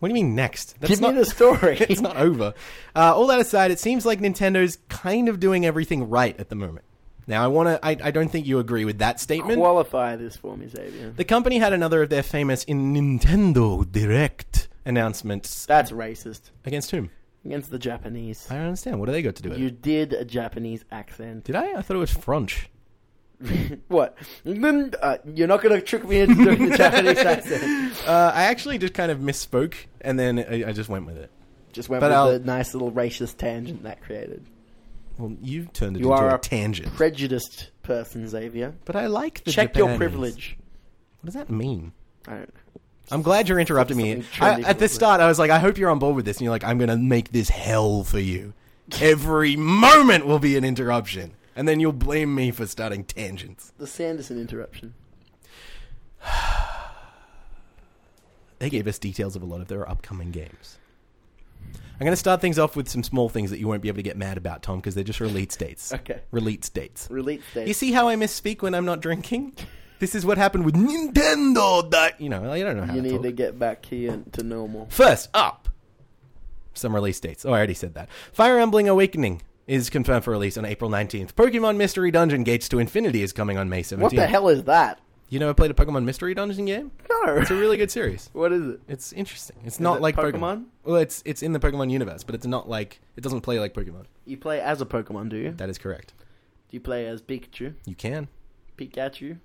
What do you mean next? That's give not, me the story. it's not over. Uh, all that aside, it seems like Nintendo's kind of doing everything right at the moment. Now, I want to. I, I don't think you agree with that statement. Qualify this for me, Xavier. the company had another of their famous in Nintendo Direct announcements That's racist against whom? against the Japanese. I don't understand. What do they got to do with You it? did a Japanese accent. Did I? I thought it was French. what? Then, uh, you're not going to trick me into doing the Japanese accent. Uh, I actually just kind of misspoke, and then I, I just went with it. Just went But with I'll- the nice little racist tangent that created. Well, you turned it You into are a, a tangent. Prejudiced person, Xavier. but I like the Check your Japanese. privilege. What does that mean? I don't know. I'm glad you're interrupting me. Something I, trendy at the was it? start, I was like, I hope you're on board with this. And you're like, I'm going to make this hell for you. Every moment will be an interruption. And then you'll blame me for starting tangents. The Sanderson interruption. They gave us details of a lot of their upcoming games. I'm going to start things off with some small things that you won't be able to get mad about, Tom, because they're just release dates. Okay. Release dates. Release date. You see how I misspeak when I'm not drinking? This is what happened with Nintendo. That you know, I don't know how you to need talk. to get back here to normal. First up, some release dates. Oh, I already said that. Fire Emblem Awakening is confirmed for release on April 19th. Pokemon Mystery Dungeon Gates to Infinity is coming on May 17th. What the hell is that? You never played a Pokemon Mystery Dungeon game? No. It's a really good series. What is it? It's interesting. It's not it like Pokemon? Pokemon? Well, it's it's in the Pokemon universe, but it's not like it doesn't play like Pokemon. You play as a Pokemon, do you? Do That is correct. you play as Pikachu? You can. Pikachu?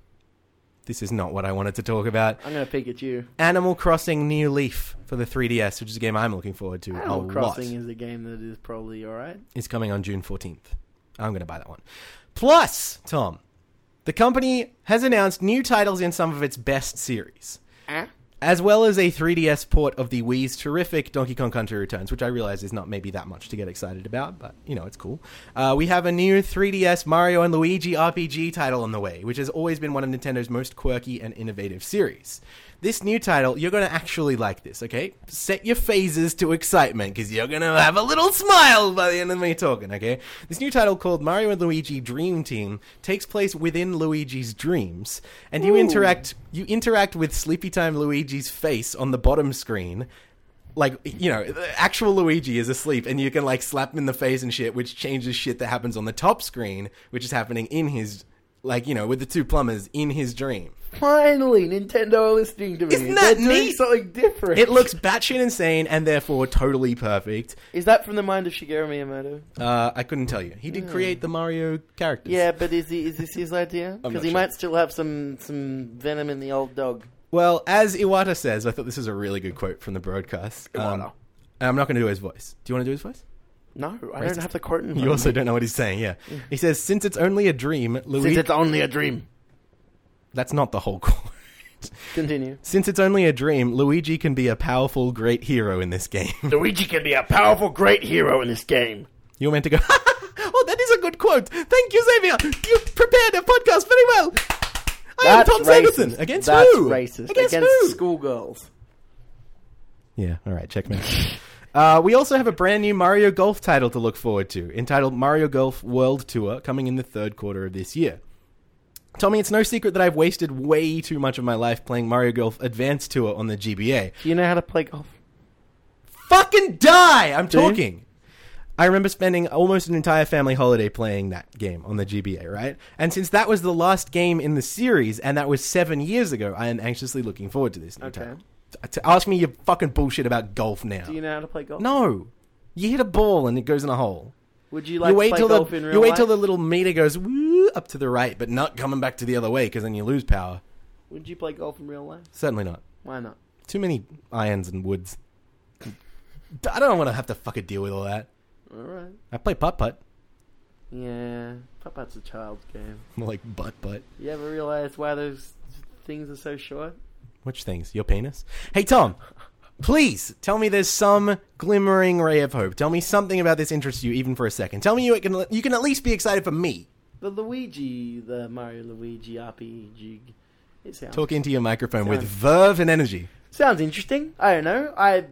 This is not what I wanted to talk about. I'm gonna Pikachu. Animal Crossing New Leaf for the 3DS, which is a game I'm looking forward to a Animal lot. Crossing is a game that is probably alright. is coming on June 14th. I'm going to buy that one. Plus, Tom, the company has announced new titles in some of its best series, Ah. as well as a 3DS port of the Wii's terrific Donkey Kong Country Returns, which I realize is not maybe that much to get excited about, but you know, it's cool. Uh, we have a new 3DS Mario and Luigi RPG title on the way, which has always been one of Nintendo's most quirky and innovative series. This new title, you're going to actually like this, okay? Set your phases to excitement because you're going to have a little smile by the end of me talking, okay? This new title called Mario and Luigi Dream Team takes place within Luigi's dreams and you interact you interact with Sleepy Time Luigi's face on the bottom screen like you know the actual luigi is asleep and you can like slap him in the face and shit which changes shit that happens on the top screen which is happening in his like you know with the two plumbers in his dream Finally, Nintendo are listening to me. Isn't that They're doing neat? something different. it looks batshit insane and therefore totally perfect Is that from the mind of Shigeru Miyamoto? uh, i couldn't tell you he did create the mario characters Yeah, but is he, is this his idea? I'm Because not he sure. might still have some some venom in the old dog. well as iwata says i thought this is a really good quote from the broadcast Um, Iwata. and i'm not going to do his voice do you want to do his voice No, I don't have the quote. in front you of also me. don't know what he's saying yeah he says since it's only a dream Since luigi it's only a dream. that's not the whole quote Continue. Since it's only a dream, Luigi can be a powerful, great hero in this game. Luigi can be a powerful, great hero in this game. You're meant to go, oh, that is a good quote. Thank you, Xavier. You prepared a podcast very well. I am That's Tom racist. Sanderson. Against That's who? racist. Against, Against, who? schoolgirls. Yeah, all right, checkmate. uh, we also have a brand new Mario Golf title to look forward to, entitled Mario Golf World Tour, coming in the third quarter of this year. Tommy, it's no secret that I've wasted way too much of my life playing Mario Golf Advanced Tour on the GBA. Do you know how to play golf? fucking die. I'm you? talking. I remember spending almost an entire family holiday playing that game on the GBA, right? And since that was the last game in the series, and that was seven years ago, I am anxiously looking forward to this. New Okay. Time. T- To ask me your fucking bullshit about golf now. Do you know how to play golf? No, you hit a ball and it goes in a hole. Would you like you wait to play till golf the in real you wait life? till the little meter goes woo, up to the right, but not coming back to the other way because then you lose power. Would you play golf in real life? Certainly not. Why not? Too many irons and woods. I don't want to have to fucking deal with all that. All right. I play putt putt. Yeah, putt putt's a child's game. Like butt butt. You ever realize why those things are so short? Which things? Your penis? Hey Tom. Please tell me there's some glimmering ray of hope. Tell me something about this interests you even for a second. Tell me you can you can at least be excited for me. The Luigi, the Mario Luigi RPG. It sounds Talk into your microphone with Sounds- verve and energy. sounds interesting. I don't know. I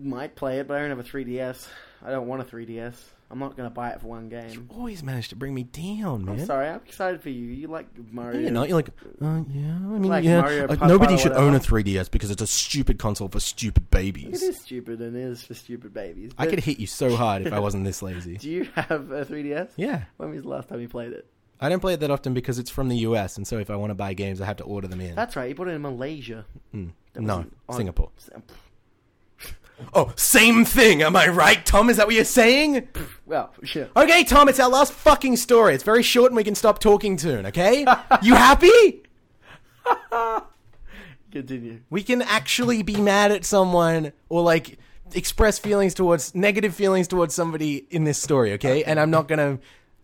might play it, but I don't have a 3DS. I don't want a 3DS. I'm not going to buy it for one game. Always managed to bring me down, man. I'm sorry. I'm excited for you. You like Mario? No, You're not. You're like, uh, yeah. I mean, Like yeah. Mario Uh, Putt nobody Putt or should own a whatever. 3DS because it's a stupid console for stupid It babies. is stupid and it is for stupid babies. I but could hit you so hard if I wasn't this lazy. Do you have a 3DS? Yeah, When was the last time you played it? I don't play it that often because it's from the US, and so if I want to buy games, I have to order them in. That's right. You bought it in Malaysia. Mm. That No, wasn't on- Singapore. Oh, same thing. Am I right, Tom? Is that what you're saying? Well, sure. Okay, Tom. It's our last fucking story. It's very short, and we can stop talking soon. Okay? you happy? Continue. We can actually be mad at someone or like express feelings towards negative feelings towards somebody in this story, okay? And I'm not gonna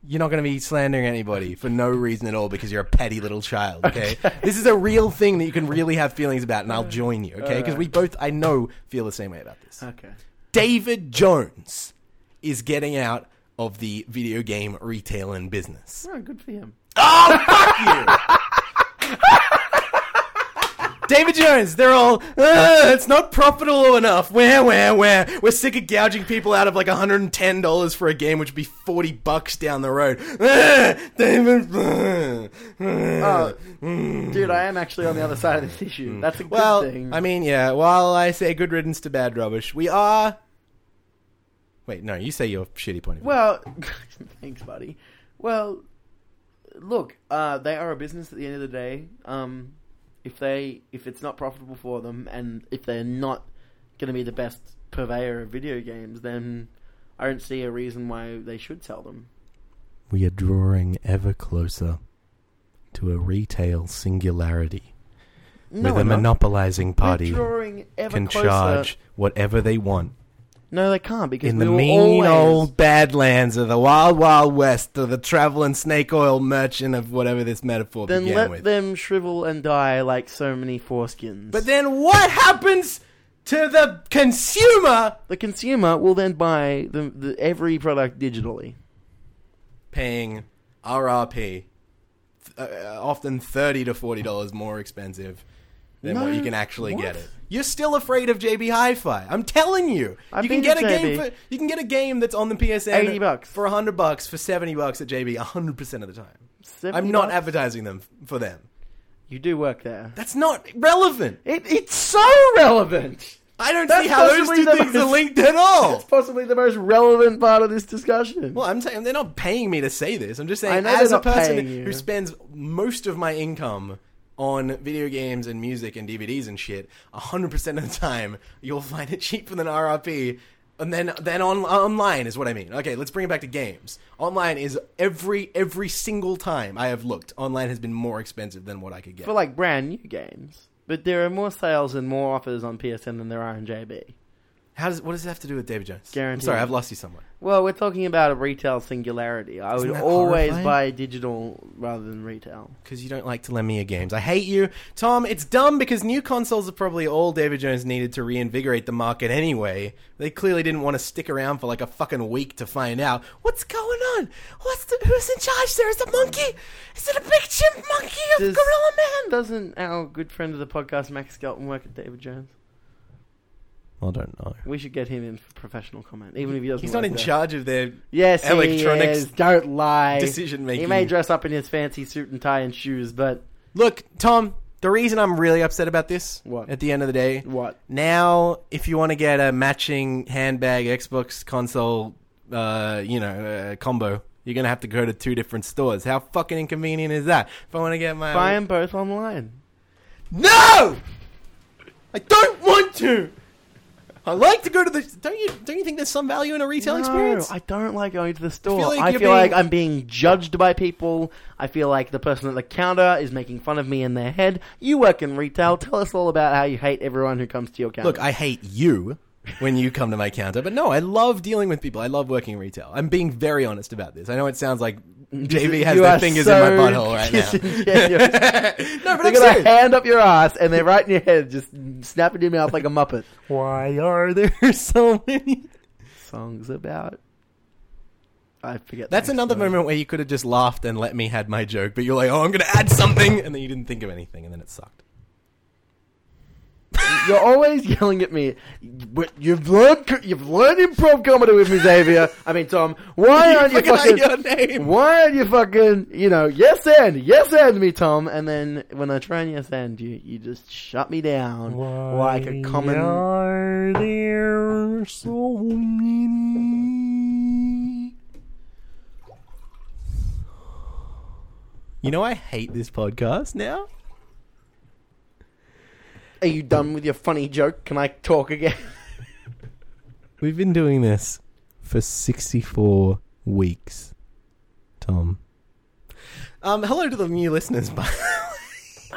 you're not gonna be slandering anybody for no reason at all because you're a petty little child, okay? This is a real thing that you can really have feelings about, and I'll join you, okay? Because we both, I know, feel the same way about this. Okay. David Jones is getting out of the video game retailing business. Oh, good for him. David Jones, they're all, "Ah, it's not profitable enough. Where, where, where? We're sick of gouging people out of like $110 for a game, which would be 40 bucks down the road. Ah, David. ah, ah." Oh, dude, I am actually on the other side of this issue. That's a good Mm. well, thing. I mean, yeah, while I say good riddance to bad rubbish, we are. Wait, no, you say your shitty point of view. well, thanks, buddy. Well, look, uh, they are a business at the end of the day. Um, if they, if it's not profitable for them, and if they're not going to be the best purveyor of video games, then I don't see a reason why they should sell them. We are drawing ever closer to a retail singularity with No, a we're not. monopolizing We're party drawing ever can closer. charge whatever they want No, they can't because in we the will mean always- old badlands of the wild wild west of the traveling snake oil merchant of whatever this metaphor Then began let with. them shrivel and die like so many foreskins. but then what happens to the consumer the consumer will then buy the, the every product digitally. paying RRP, uh, uh, often thirty to forty dollars more expensive than No, what you can actually get what? it. You're still afraid of JB Hi-Fi. I'm telling you, I've you can been get to a game. JB. For, you can get a game that's on the PSN 80 bucks. for hundred bucks for seventy bucks at JB hundred percent of the time. 70 I'm not bucks? advertising them f- for them. You do work there. That's not relevant. It, it's so relevant. I don't That's see how those possibly two the things most- are linked at all. It's possibly the most relevant part of this discussion. Well, I'm saying they're not paying me to say this. I'm just I saying, know as they're a not person paying you. who spends most of my income on video games and music and DVDs and shit, 100% of the time, you'll find it cheaper than RRP. And then, then on, online is what I mean. Okay, let's bring it back to games. Online is every every single time I have looked, online has been more expensive than what I could get. For like brand new games. But there are more sales and more offers on PSN than there are in JB. How does what does it have to do with David Jones? I'm Guaranteed. sorry, I've lost you somewhere. Well, we're talking about a retail singularity. I Isn't would that always horrifying? buy digital rather than retail. because you don't like to lend me your games. I hate you, Tom. It's dumb because new consoles are probably all David Jones needed to reinvigorate the market anyway. They clearly didn't want to stick around for like a fucking week to find out what's going on. What's the, who's in charge? There is a monkey. Is it a big chimp monkey of Does- Gorilla Man? Doesn't our good friend of the podcast, Max Skelton, work at David Jones? I don't know. We should get him in for professional comment, even if he doesn't. He's not work in there. charge of their Yes, electronics. He Electronics is. Don't lie. decision He making. may dress up in his fancy suit and tie and shoes, but Look, Tom. The reason I'm really upset about this, What? at the end of the day, what? Now, if you want to get a matching handbag Xbox console, uh, you know, uh, combo, you're gonna have to go to two different stores. How fucking inconvenient is that? If I want to get my Buy them both online. no, I don't want to. I like to go to the. Don't you? Don't you think there's some value in a retail no, experience? I don't like going to the store. I feel feel, like like, you're being- I'm being judged by people. I feel like the person at the counter is making fun of me in their head. You work in retail. Tell us all about how you hate everyone who comes to your counter. Look, I hate you when you come to my counter, but no, I love dealing with people. I love working in retail. I'm being very honest about this. I know it sounds like JV has You their are fingers so- in my butthole right now. Yeah, you're- no, but They I'm got a serious. hand up your ass, and they're right in your head, just snapping your mouth like a muppet. Why are there so many? Songs about. I forget. the That's next another word. moment where you could have just laughed and let me had my joke, but you're like, oh, I'm going to add something, and then you didn't think of anything, and then it sucked. You're always yelling at me. But you've learned, co- you've learned improv comedy with me, Xavier. I mean, Tom. Why aren't you Fucking fucking? like your name. Why aren't you fucking? You know, yes and yes and me, Tom. And then when I try and yes and you, you just shut me down like a common. Are there so many? You know, I hate this podcast now. Are you done with your funny joke? Can I talk again? We've been doing this for 64 weeks, Tom. Um, hello to the new listeners, by the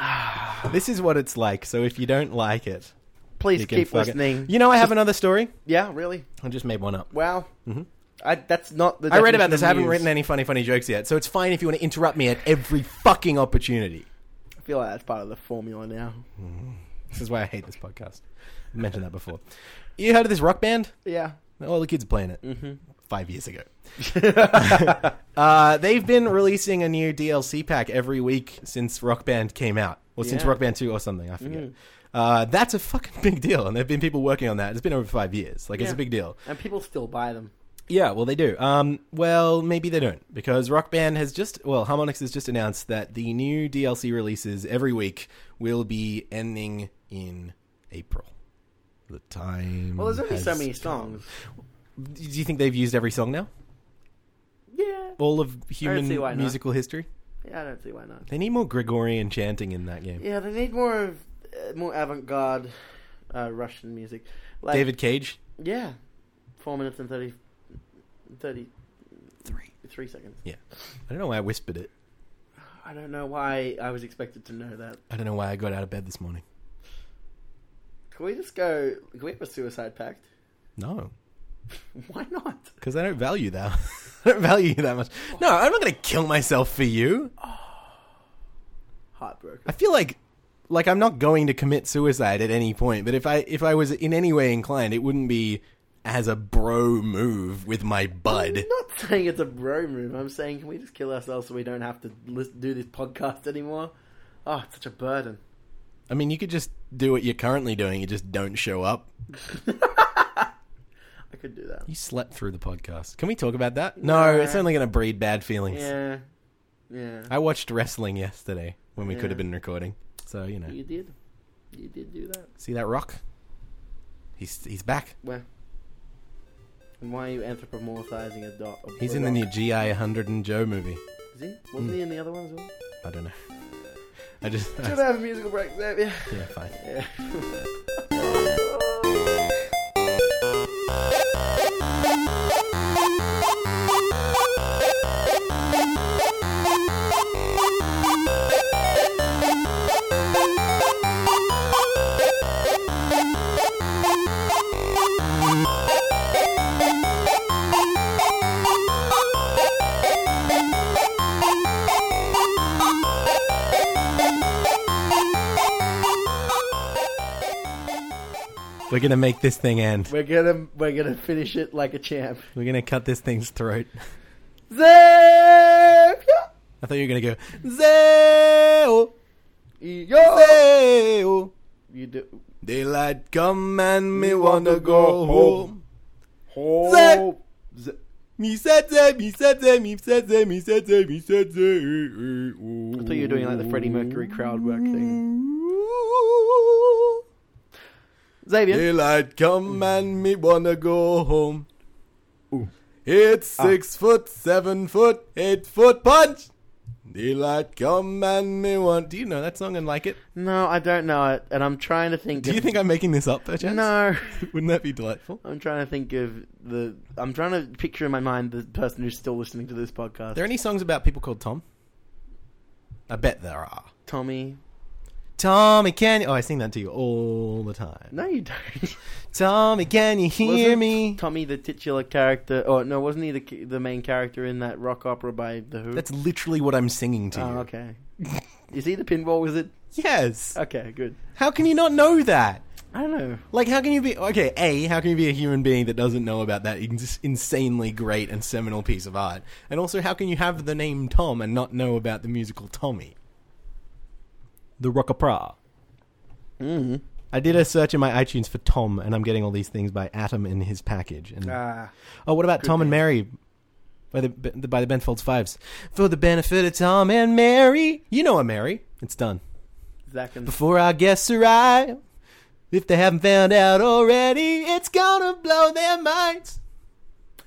way. This is what it's like, so if you don't like it, Please you can keep fuck it. listening. You know, I have another story. Yeah, really. I just made one up. Wow. Mm-hmm. I, that's not the. I read about definition this. of I haven't news. written any funny, funny jokes yet, so it's fine if you want to interrupt me at every fucking opportunity. I feel like that's part of the formula now. This is why I hate this podcast. I mentioned that before. You heard of this rock band? Yeah. All the kids playing it Mm-hmm. five years ago. uh, they've been releasing a new DLC pack every week since Rock Band came out, or since Yeah. Mm-hmm. Rock Band 2 or something, I forget. Uh, that's a fucking big deal, and there have been people working on that. It's been over five years. Like, it's Yeah. a big deal. And people still buy them. Yeah, well, they do. Um, well, maybe they don't because Rock Band has just well, Harmonix has just announced that the new DLC releases every week will be ending in April. The time. Well, there's only so has many come. songs. Do you think they've used every song now? Yeah. All of see why human not. musical history. Yeah, I don't see why not. They need more Gregorian chanting in that game. Yeah, they need more of uh, more avant-garde uh, Russian music. Like, David Cage. Yeah. Four minutes and 30, 33 Three. seconds. Yeah, I don't know why I whispered it. I don't know why I was expected to know that. I don't know why I got out of bed this morning. Can we just go? Can we have a suicide pact? No, Why not? because I don't value that. I don't value you that much. No, I'm not going to kill myself for you. I Heartbroken. feel like like I'm not going to commit suicide at any point, but if I if I was in any way inclined, it wouldn't be as a bro move with my bud. I'm not saying it's a bro move. I'm saying, can we just kill ourselves so we don't have to lis- do this podcast anymore? Oh, it's such a burden. I mean, you could just do what you're currently doing, you just don't show up. I could do that. You slept through the podcast. Can we talk about that? No, Nah. it's only going to breed bad feelings. Yeah. Yeah. I watched wrestling yesterday when we Yeah. could have been recording. So, you know. You did. You did do that. See that rock? He's he's back. Where? And why are you anthropomorphizing a dot? a He's in the Mm. rock? new GI 100 and Joe movie. Is he? Wasn't he in the other one as well? I don't know. I just Should I have a musical break, Xavier? yeah, fine. Yeah. We're going to make this thing end. We're gonna we're gonna finish it like a champ. We're gonna cut this thing's throat. Xavier! I thought you were gonna go Zeo, Yo! Zeo. You do. Daylight come and me wanna go home. Oh, Z- Me said ze, me said ze, me said ze, me said ze, me said ze. I thought you were doing like the Freddie Mercury crowd work thing. Xavier, Daylight come and me wanna go home. It's six foot, seven foot, eight foot punch. Daylight come and me want. Do you know that song and like it? no, I don't know it, and I'm trying to think. Do you of, think I'm making this up by chance? No, Wouldn't that be delightful? I'm trying to think of the. I'm trying to picture in my mind the person who's still listening to this podcast. Are there any songs about people called Tom? I bet there are. Tommy, Tommy, can you? Oh, I sing that to you all the time. No, you don't. Tommy, can you hear Wasn't me? Tommy the titular character, or no, wasn't he the the main character in that rock opera by The Who? That's literally what I'm singing to oh, you. okay. Is he the pinball wizard? Uh, Yes. Okay, good. How can you not know that? I don't know. Like, how can you be okay? A, how can you be a human being that doesn't know about that ins- insanely great and seminal piece of art? And also, how can you have the name Tom and not know about the musical Tommy? The Rockapra. Mm. I did a search in my iTunes for Tom, and I'm getting all these things by Atom in his package. And Ah, oh, what about Tom and Mary? By the by the Benfolds Fives for the benefit of Tom and Mary. You know a Mary. It's done Zach and before our guests arrive. If they haven't found out already, it's gonna blow their minds.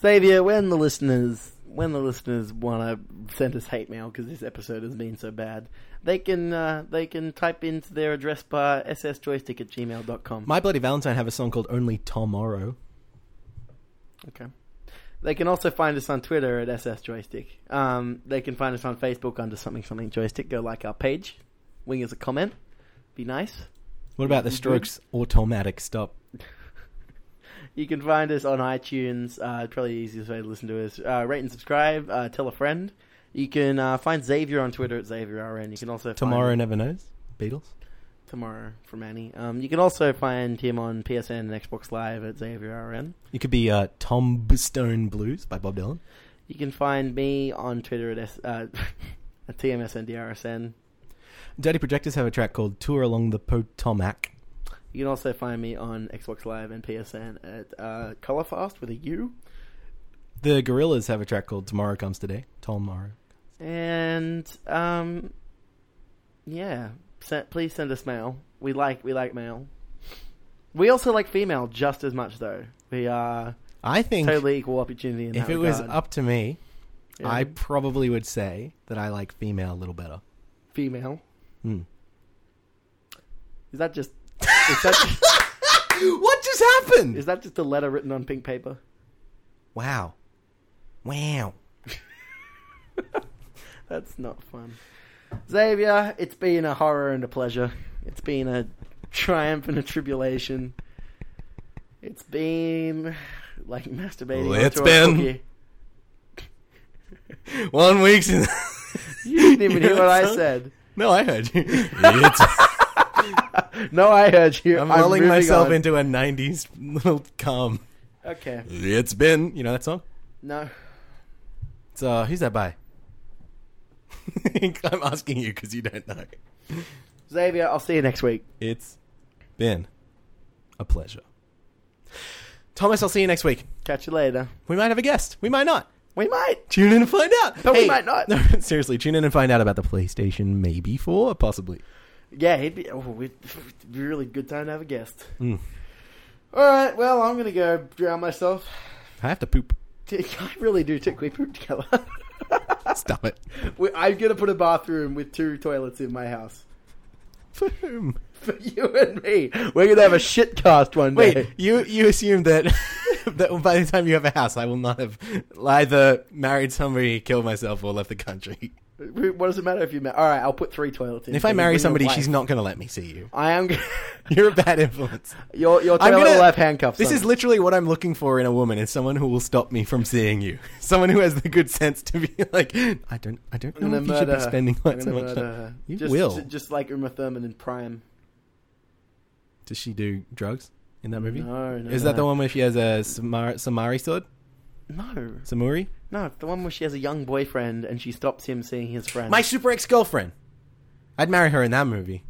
Xavier, when the listeners when the listeners want to send us hate mail because this episode has been so bad, they can uh, they can type into their address bar ssjoystick at gmail.com. My Bloody Valentine have a song called Only Tomorrow. Okay. They can also find us on Twitter at SS Joystick. Um, they can find us on Facebook under something something joystick. Go like our page. Wing us a comment. Be nice. What about the Strokes Automatic Stop? You can find us on iTunes. Uh, probably the easiest way to listen to us. Uh, rate and subscribe. Uh, tell a friend. You can uh, find Xavier on Twitter at XavierRN. You can also find Tomorrow Never Knows? Beatles? tomorrow from Annie. Um, you can also find him on PSN and Xbox Live at XavierRN. It could be uh, Tombstone Blues by Bob Dylan. You can find me on Twitter at, S- uh, at TMSNDRSN. Dirty Projectors have a track called Tour Along the Potomac. You can also find me on Xbox Live and PSN at uh, Colorfast with a U. The Gorillas have a track called Tomorrow Comes Today. Tomorrow. And um, yeah, send, please send us mail. We like we like mail. We also like female just as much though. We are I think totally equal opportunity in if that it was regard. up to me, Yeah. I probably would say that I like female a little better. female. Hmm. Is that just is that, What just happened? is that just a letter written on pink paper? Wow. Wow. That's not fun. Xavier, it's been a horror and a pleasure. It's been a triumph and a tribulation. It's been like masturbating. Well, it's onto a been- cookie. One week since. You didn't even You hear what I heard said. no, I heard you. It's- No, I heard you. I'm rolling moving myself on. into a 90s little calm. Okay. It's been. You know that song? No. It's, uh, who's that by? I'm asking you because you don't know. Xavier, I'll see you next week. It's been a pleasure. Thomas, I'll see you next week. Catch you later. We might have a guest. We might not. We might. Tune in and find out. But we might not. No, seriously, tune in and find out about the PlayStation maybe 4, possibly. Yeah, it'd be, oh, we'd, it'd be a really good time to have a guest. Mm. All right, well, I'm going to go drown myself. I have to poop. I really do think we poop together. Stop it. We- I'm going to put a bathroom with two toilets in my house. For whom? For you and me. We're going to have a shitcast one day. Wait, you you assume that that by the time you have a house, I will not have either married somebody, killed myself, or left the country. What does it matter if you marry? All right, I'll put three toilets in. And if I You marry bring your somebody, wife. she's not going to let me see you. I am. g- You're a bad influence. your your I'm toilet gonna- will have handcuffs. This on is it. literally what I'm looking for in a woman: is someone who will stop me from seeing you, someone who has the good sense to be like, I don't, I don't I'm know gonna if you should murder be her. spending I'm like so gonna much murder time. her. You just, will. just like Uma Thurman in Prime. Does she do drugs in that movie? No, no. Is no. that the one where she has a samar- samari sword? No, Samuri? no, it's the one where she has a young boyfriend and she stops him seeing his friend. My super ex girlfriend. I'd marry her in that movie.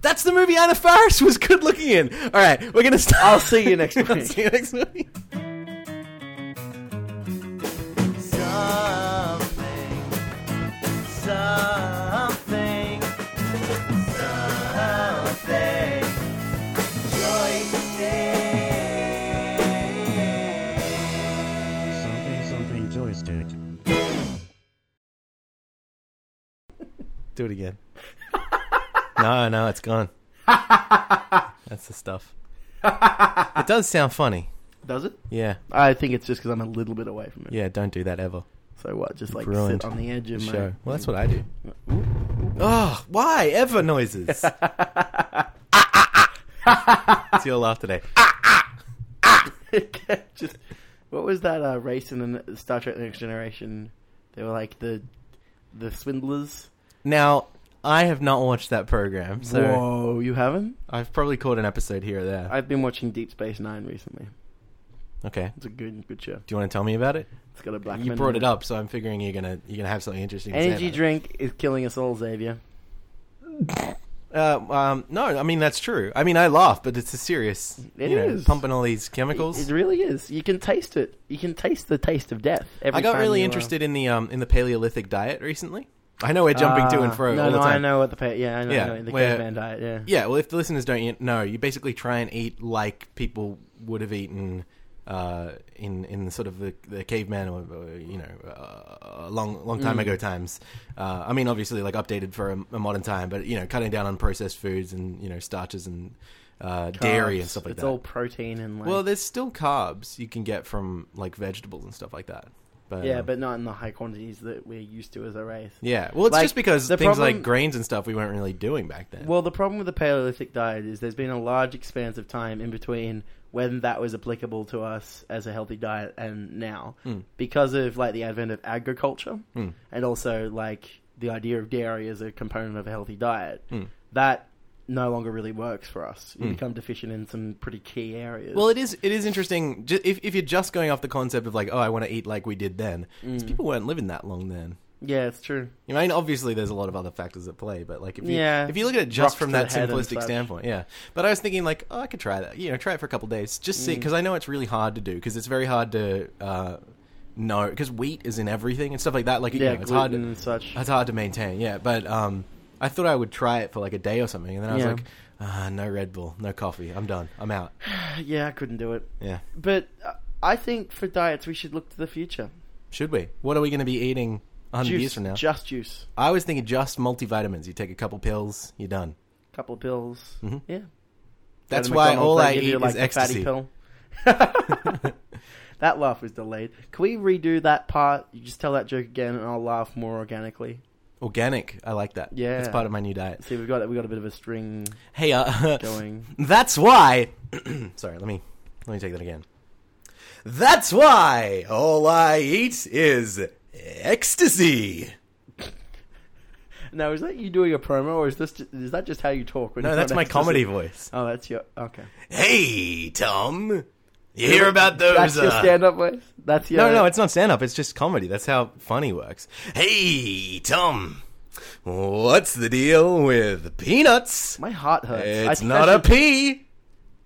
That's the movie Anna Faris was good looking in. All right, we're gonna stop. I'll see you next I'll week. see you next week. Something something joystick. Do it again. no, no, it's gone. That's the stuff. It does sound funny. Does it? Yeah, I think it's just because I'm a little bit away from it. yeah. Don't do that ever. So what? Just like Ruined sit on the edge The of my show. Well, that's what I do. Ooh, ooh. Oh, why ever noises? it's your laugh today. Just what was that uh, race in the Star Trek: The Next Generation? They were like the the swindlers. Now, I have not watched that program, so Whoa, you haven't? I've probably caught an episode here or there. I've been watching Deep Space Nine recently. okay. It's a good good show. Do you want to tell me about it? It's got a black. You man brought in it up, so I'm figuring you're gonna you're gonna have something interesting. to say Energy about it. drink is killing us all, Xavier. Uh, um, no, I mean that's true. I mean I laugh, but it's a serious. It you know, is. pumping all these chemicals. It really is. You can taste it. You can taste the taste of death. Every I got time really you, uh, interested in the um in the Paleolithic diet recently. I know we're jumping to Ah, and fro No, all no, the time. I know what the pa- yeah, I know, Yeah, I know the where- caveman diet. Yeah, Yeah, well, if the listeners don't yet know, you basically try and eat like people would have eaten uh, in in sort of the, the caveman or, or you know uh, long long Mm. time ago times. Uh, I mean, obviously, like updated for a, a modern time, but you know, cutting down on processed foods and you know starches and uh, dairy and Carbs. stuff like it's that. all protein and like well, there's still carbs you can get from like vegetables and stuff like that. But yeah, um, but not in the high quantities that we're used to as a race. yeah, well, it's like, just because the things problem- like grains and stuff we weren't really doing back then. Well, the problem with the Paleolithic diet is there's been a large expanse of time in between when that was applicable to us as a healthy diet and now, Hmm. because of like the advent of agriculture and also like the idea of dairy as a component of a healthy diet. Hmm. That no longer really works for us. You become deficient in some pretty key areas. Well, it is it is interesting. ju- If if you're just going off the concept of like, oh, I want to eat like we did then, Mm. 'cause people weren't living that long then. yeah, it's true. You know, I mean, obviously, there's a lot of other factors at play, but like if you Yeah. if you look at it Rocks just from to that the head and simplistic such. standpoint, yeah. But I was thinking like, oh, I could try that. You know, try it for a couple days, just Mm. see, because I know it's really hard to do, because it's very hard to. Uh, know because wheat is in everything and stuff like that. Like, you Yeah, know, it's hard. gluten to- and such. It's hard to maintain. Yeah, but um, I thought I would try it for like a day or something, and then I was Yeah. like, ah, no Red Bull, no coffee. I'm done. I'm out. Yeah, I couldn't do it. Yeah. But uh, I think for diets we should look to the future. Should we? What are we going to be eating 100 years Juice, from now? just juice. I was thinking just multivitamins. You take a couple pills, you're done. couple of pills. Yeah. Mm-hmm. That's Go to why McDonald's, all they I give eat you, like, is the fatty ecstasy. pill. that laugh was delayed. Can we redo that part? You just tell that joke again, and I'll laugh more organically. Organic. I like that. Yeah. It's part of my new diet. See, we've got we got a bit of a string Hey, uh, going. that's why. Sorry, let me let me take that again. That's why all I eat is ecstasy. now, is that you doing a promo, or is this is that just how you talk? When No, you're that's not my ecstasy? comedy voice. Oh, that's your okay. Hey, Tom. You hear about those? That's your uh, stand-up voice. That's your No, no, it's not stand up. It's just comedy. That's how funny works. Hey, Tom, what's the deal with peanuts? my heart hurts. I It's think not I a should- pea.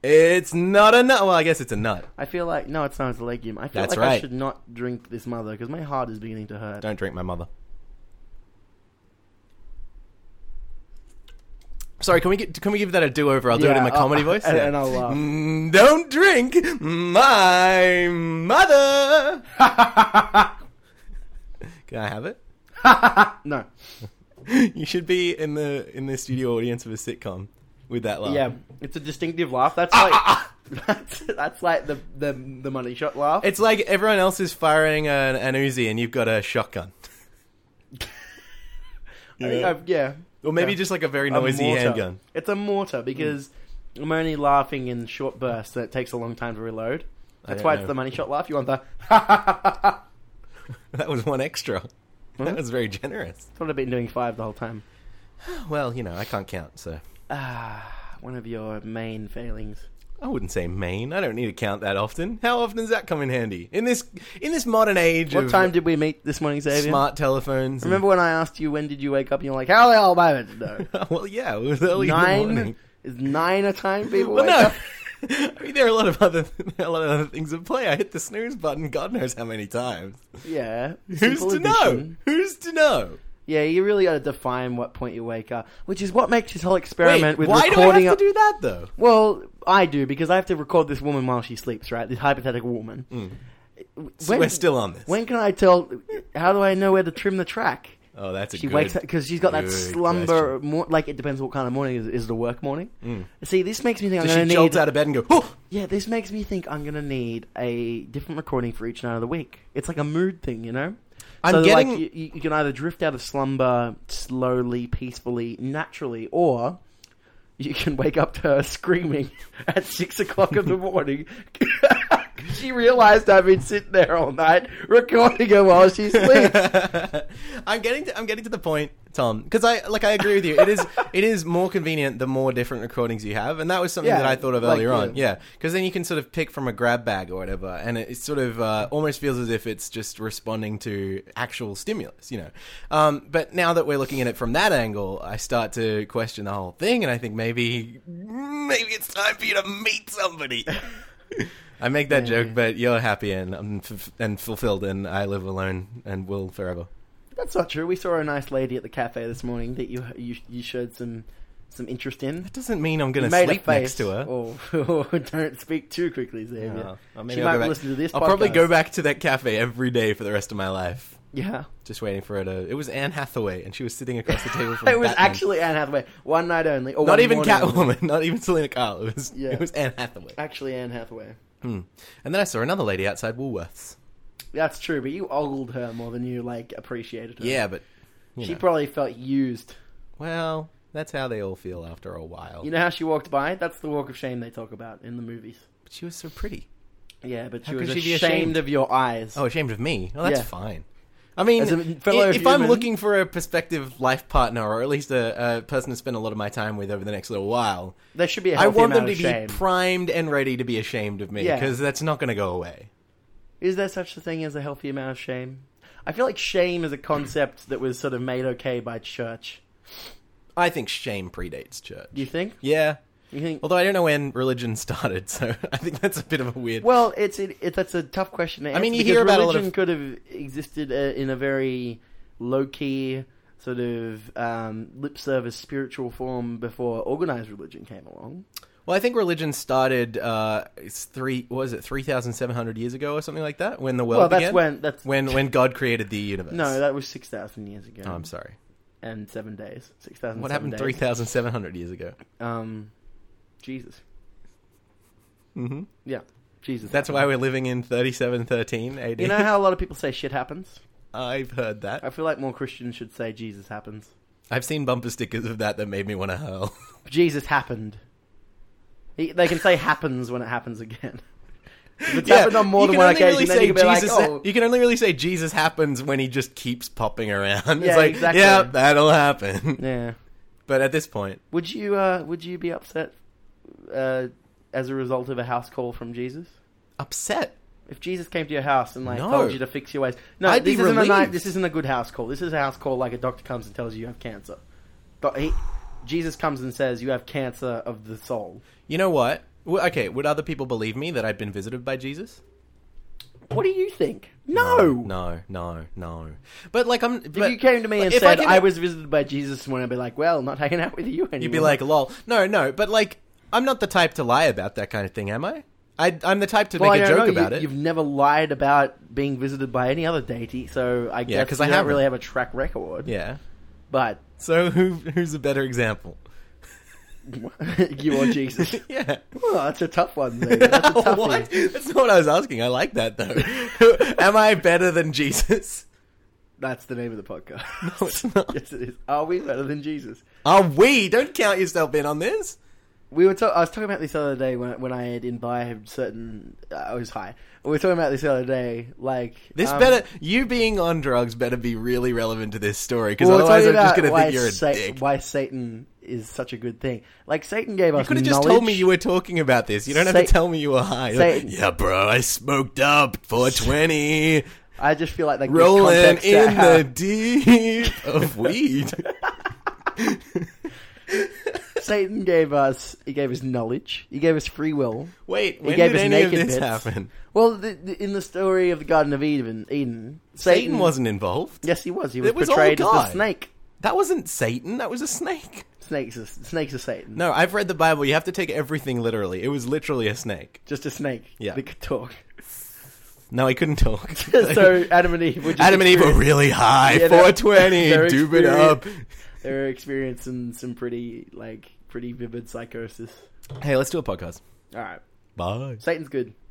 It's not a nut. Well, I guess it's a nut. I feel like no, it's not it's a legume. I feel That's like I right. should not drink this mother because my heart is beginning to hurt. Don't drink my mother. Sorry, can we get, can we give that a do over? I'll do it in my Yeah, I'll- comedy voice, and, Yeah. and I'll uh, laugh. Mm, Don't drink my mother. can I have it? No, You should be in the in the studio audience of a sitcom with that laugh. yeah, it's a distinctive laugh. That's Ah, like that's, that's like the, the the money shot laugh. It's like everyone else is firing an, an Uzi and you've got a shotgun. I think I've- yeah, Or maybe Yeah. just like a very A noisy mortar. handgun. It's a mortar because I'm only laughing in short bursts, and it takes a long time to reload. That's don't why know. it's the money shot laugh. You want the That was one extra. Hmm? That was very generous. that's what I've been doing five the whole time. Well, you know, I can't count, so Ah, One of your main failings. I wouldn't say main. I don't need to count that often. How often does that come in handy? In this in this modern age What of time did we meet this morning, Xavier? smart telephones. and- Remember when I asked you when did you wake up? and You're like, how the hell am I meant to know? well, yeah, it was early in the Nine morning. is nine a time people. Well, wake no. up? I mean, there are a lot of other a lot of other things at play. I hit the snooze button, God knows how many times. Yeah. Who's simple to know? addition. Who's to know? Yeah, you really got to define what point you wake up, which is what makes this whole experiment Wait, with why do I recording. have up- to do that though? well, I do because I have to record this woman while she sleeps, right? This hypothetical woman. Mm. When, We're still on this. When can I tell? How do I know where to trim the track? oh, that's a She good, wakes up because she's got that good slumber. More, like it depends what kind of morning is, is the work morning. See, this makes me think question. I'm Mm. Does she going to need. jolt out of bed and go? Oh, Yeah, this makes me think I'm going to need a different recording for each night of the week. It's like a mood thing, you know. I'm so getting. like you- you, you can either drift out of slumber slowly, peacefully, naturally, or you can wake up to her screaming at six o'clock in the morning. she realized I've been sitting there all night recording her while she sleeps. I'm getting to, I'm getting to the point, Tom, because I like I agree with you. It is it is more convenient the more different recordings you have, and that was something Yeah, that I thought of like, earlier on. yeah. Yeah, because then you can sort of pick from a grab bag or whatever, and it, it sort of uh, almost feels as if it's just responding to actual stimulus, you know. Um, but now that we're looking at it from that angle, I start to question the whole thing, and I think maybe maybe it's time for you to meet somebody. I make that joke, but you're happy and I'm f- and fulfilled, and I live alone and will forever. That's not true. We saw a nice lady at the cafe this morning that you you, you showed some some interest in. That doesn't mean I'm You going to made a sleep next face. to her. Oh, oh, don't speak too quickly, Xavier. Oh, maybe she I'll might go back- listen to this. I'll probably podcast. go back to that cafe every day for the rest of my life. Yeah. Just waiting for her to. It was Anne Hathaway, and she was sitting across the table from. It was Batman. actually Anne Hathaway. One night only. Oh, Or not one even morning only. Catwoman, not even Selena Kyle. It was, Yeah. it was Anne Hathaway. Actually, Anne Hathaway. Hmm. And then I saw another lady outside Woolworths. That's true, but you ogled her more than you like appreciated her. Yeah, but you she know. probably felt used. well, that's how they all feel after a while. You know how she walked by? That's the walk of shame they talk about in the movies. but she was so pretty. Yeah, but she How was could ashamed, she be ashamed? of your eyes. Oh, ashamed of me? Oh, that's Yeah. fine. I mean, As a fellow i- if I'm human- looking for a prospective life partner, or at least a, a person to spend a lot of my time with over the next little while, there should be a I healthy want them amount to of shame. be primed and ready to be ashamed of me Yeah. because that's not going to go away. Is there such a thing as a healthy amount of shame? I feel like shame is a concept that was sort of made okay by church. I think shame predates church. Do you think? Yeah. You think? Although I don't know when religion started, so I think that's a bit of a weird. Well, it's it, it, that's a tough question. To answer mean, you because hear about a lot religion of- could have existed uh, in a very low key sort of um, lip service spiritual form before organized religion came along. Well, I think religion started uh, it's three what was it three thousand seven hundred years ago or something like that when the world Well, that's began? when- that's- Oh, when when God created the universe. No, that was six thousand years ago. oh, I'm sorry. And seven days. Six thousand. What happened three thousand seven hundred years ago? Um, Jesus. Mm-hmm. Yeah, Jesus. That's why we're living in thirty-seven thirteen AD. You know how a lot of people say shit happens. I've heard I that. feel like more Christians should say Jesus happens. I've seen bumper stickers of that that made me want to hurl. Jesus happened. He- They can say happens when it happens again. If it's Yeah, happened on more you than can one only occasion, really then say you can be Jesus like, ha- oh, you can only really say Jesus happens when he just keeps popping around. Yeah, it's like, exactly. yeah, that'll happen. yeah. But at this point, Would you uh, would you be upset uh, as a result of a house call from Jesus? upset. If Jesus came to your house and like No. told you to fix your ways, no, I'd be this isn't a night, relieved. this isn't a good house call. This is a house call like a doctor comes and tells you you have cancer, but he Jesus comes and says you have cancer of the soul. You know what? W- okay, would other people believe me that I've been visited by Jesus? What do you think? No, no, no, no. But like, I'm. If but, you came to me like, and if said can- I, was visited by Jesus this morning, I'd be like, well, not hanging out with you anymore. You'd be like, lol. No, no, but like, I'm not the type to lie about that kind of thing, am I? I I'm the type to Well, make I a don't joke know, about you, it. You've never lied about being visited by any other deity, so I guess 'cause you I don't haven't. really have a track record. Yeah. But So who who's a better example? you or Jesus. yeah. Well, that's a tough one, Xavier. That's a tough one. what? That's not what I was asking. I like that though. Am I better than Jesus? That's the name of the podcast. No, it's not. yes, it is. Are we better than Jesus? Are we? Don't count yourself in on this. We were. Ta- I was talking about this the other day when when I had in by a certain. uh, I was high. We were talking about this the other day. Like This um, better. You being on drugs better be really relevant to this story because we were otherwise I'm talking just about going to why think you're a Sa- dick. Why Satan is such a good thing. Like Satan gave us. You could have just told me you were talking about this. You don't have Sa- to tell me you were high. You're like, Satan. yeah, bro, I smoked up 420, I just feel like like this rolling context uh, that in how- the deep of weed. Satan gave us. He gave us knowledge. He gave us free will. Wait, He when gave did us any of naked this bits. happen? Well, the, the, in the story of the Garden of Eden, Eden, Satan, Satan wasn't involved. Yes, he was. He was, It was all portrayed as the God. snake. That wasn't Satan. That was a snake. Snakes, are, snakes are Satan. No, I've read the Bible. You have to take everything literally. It was literally a snake. just a snake. Yeah. that could talk. No, I couldn't talk. so Adam and Eve. Were just Adam and Eve were experience- really high. Yeah, they're- 420, they're doob it up. They were experiencing some pretty like pretty vivid psychosis. Hey, let's do a podcast. All right, Bye. Satan's good.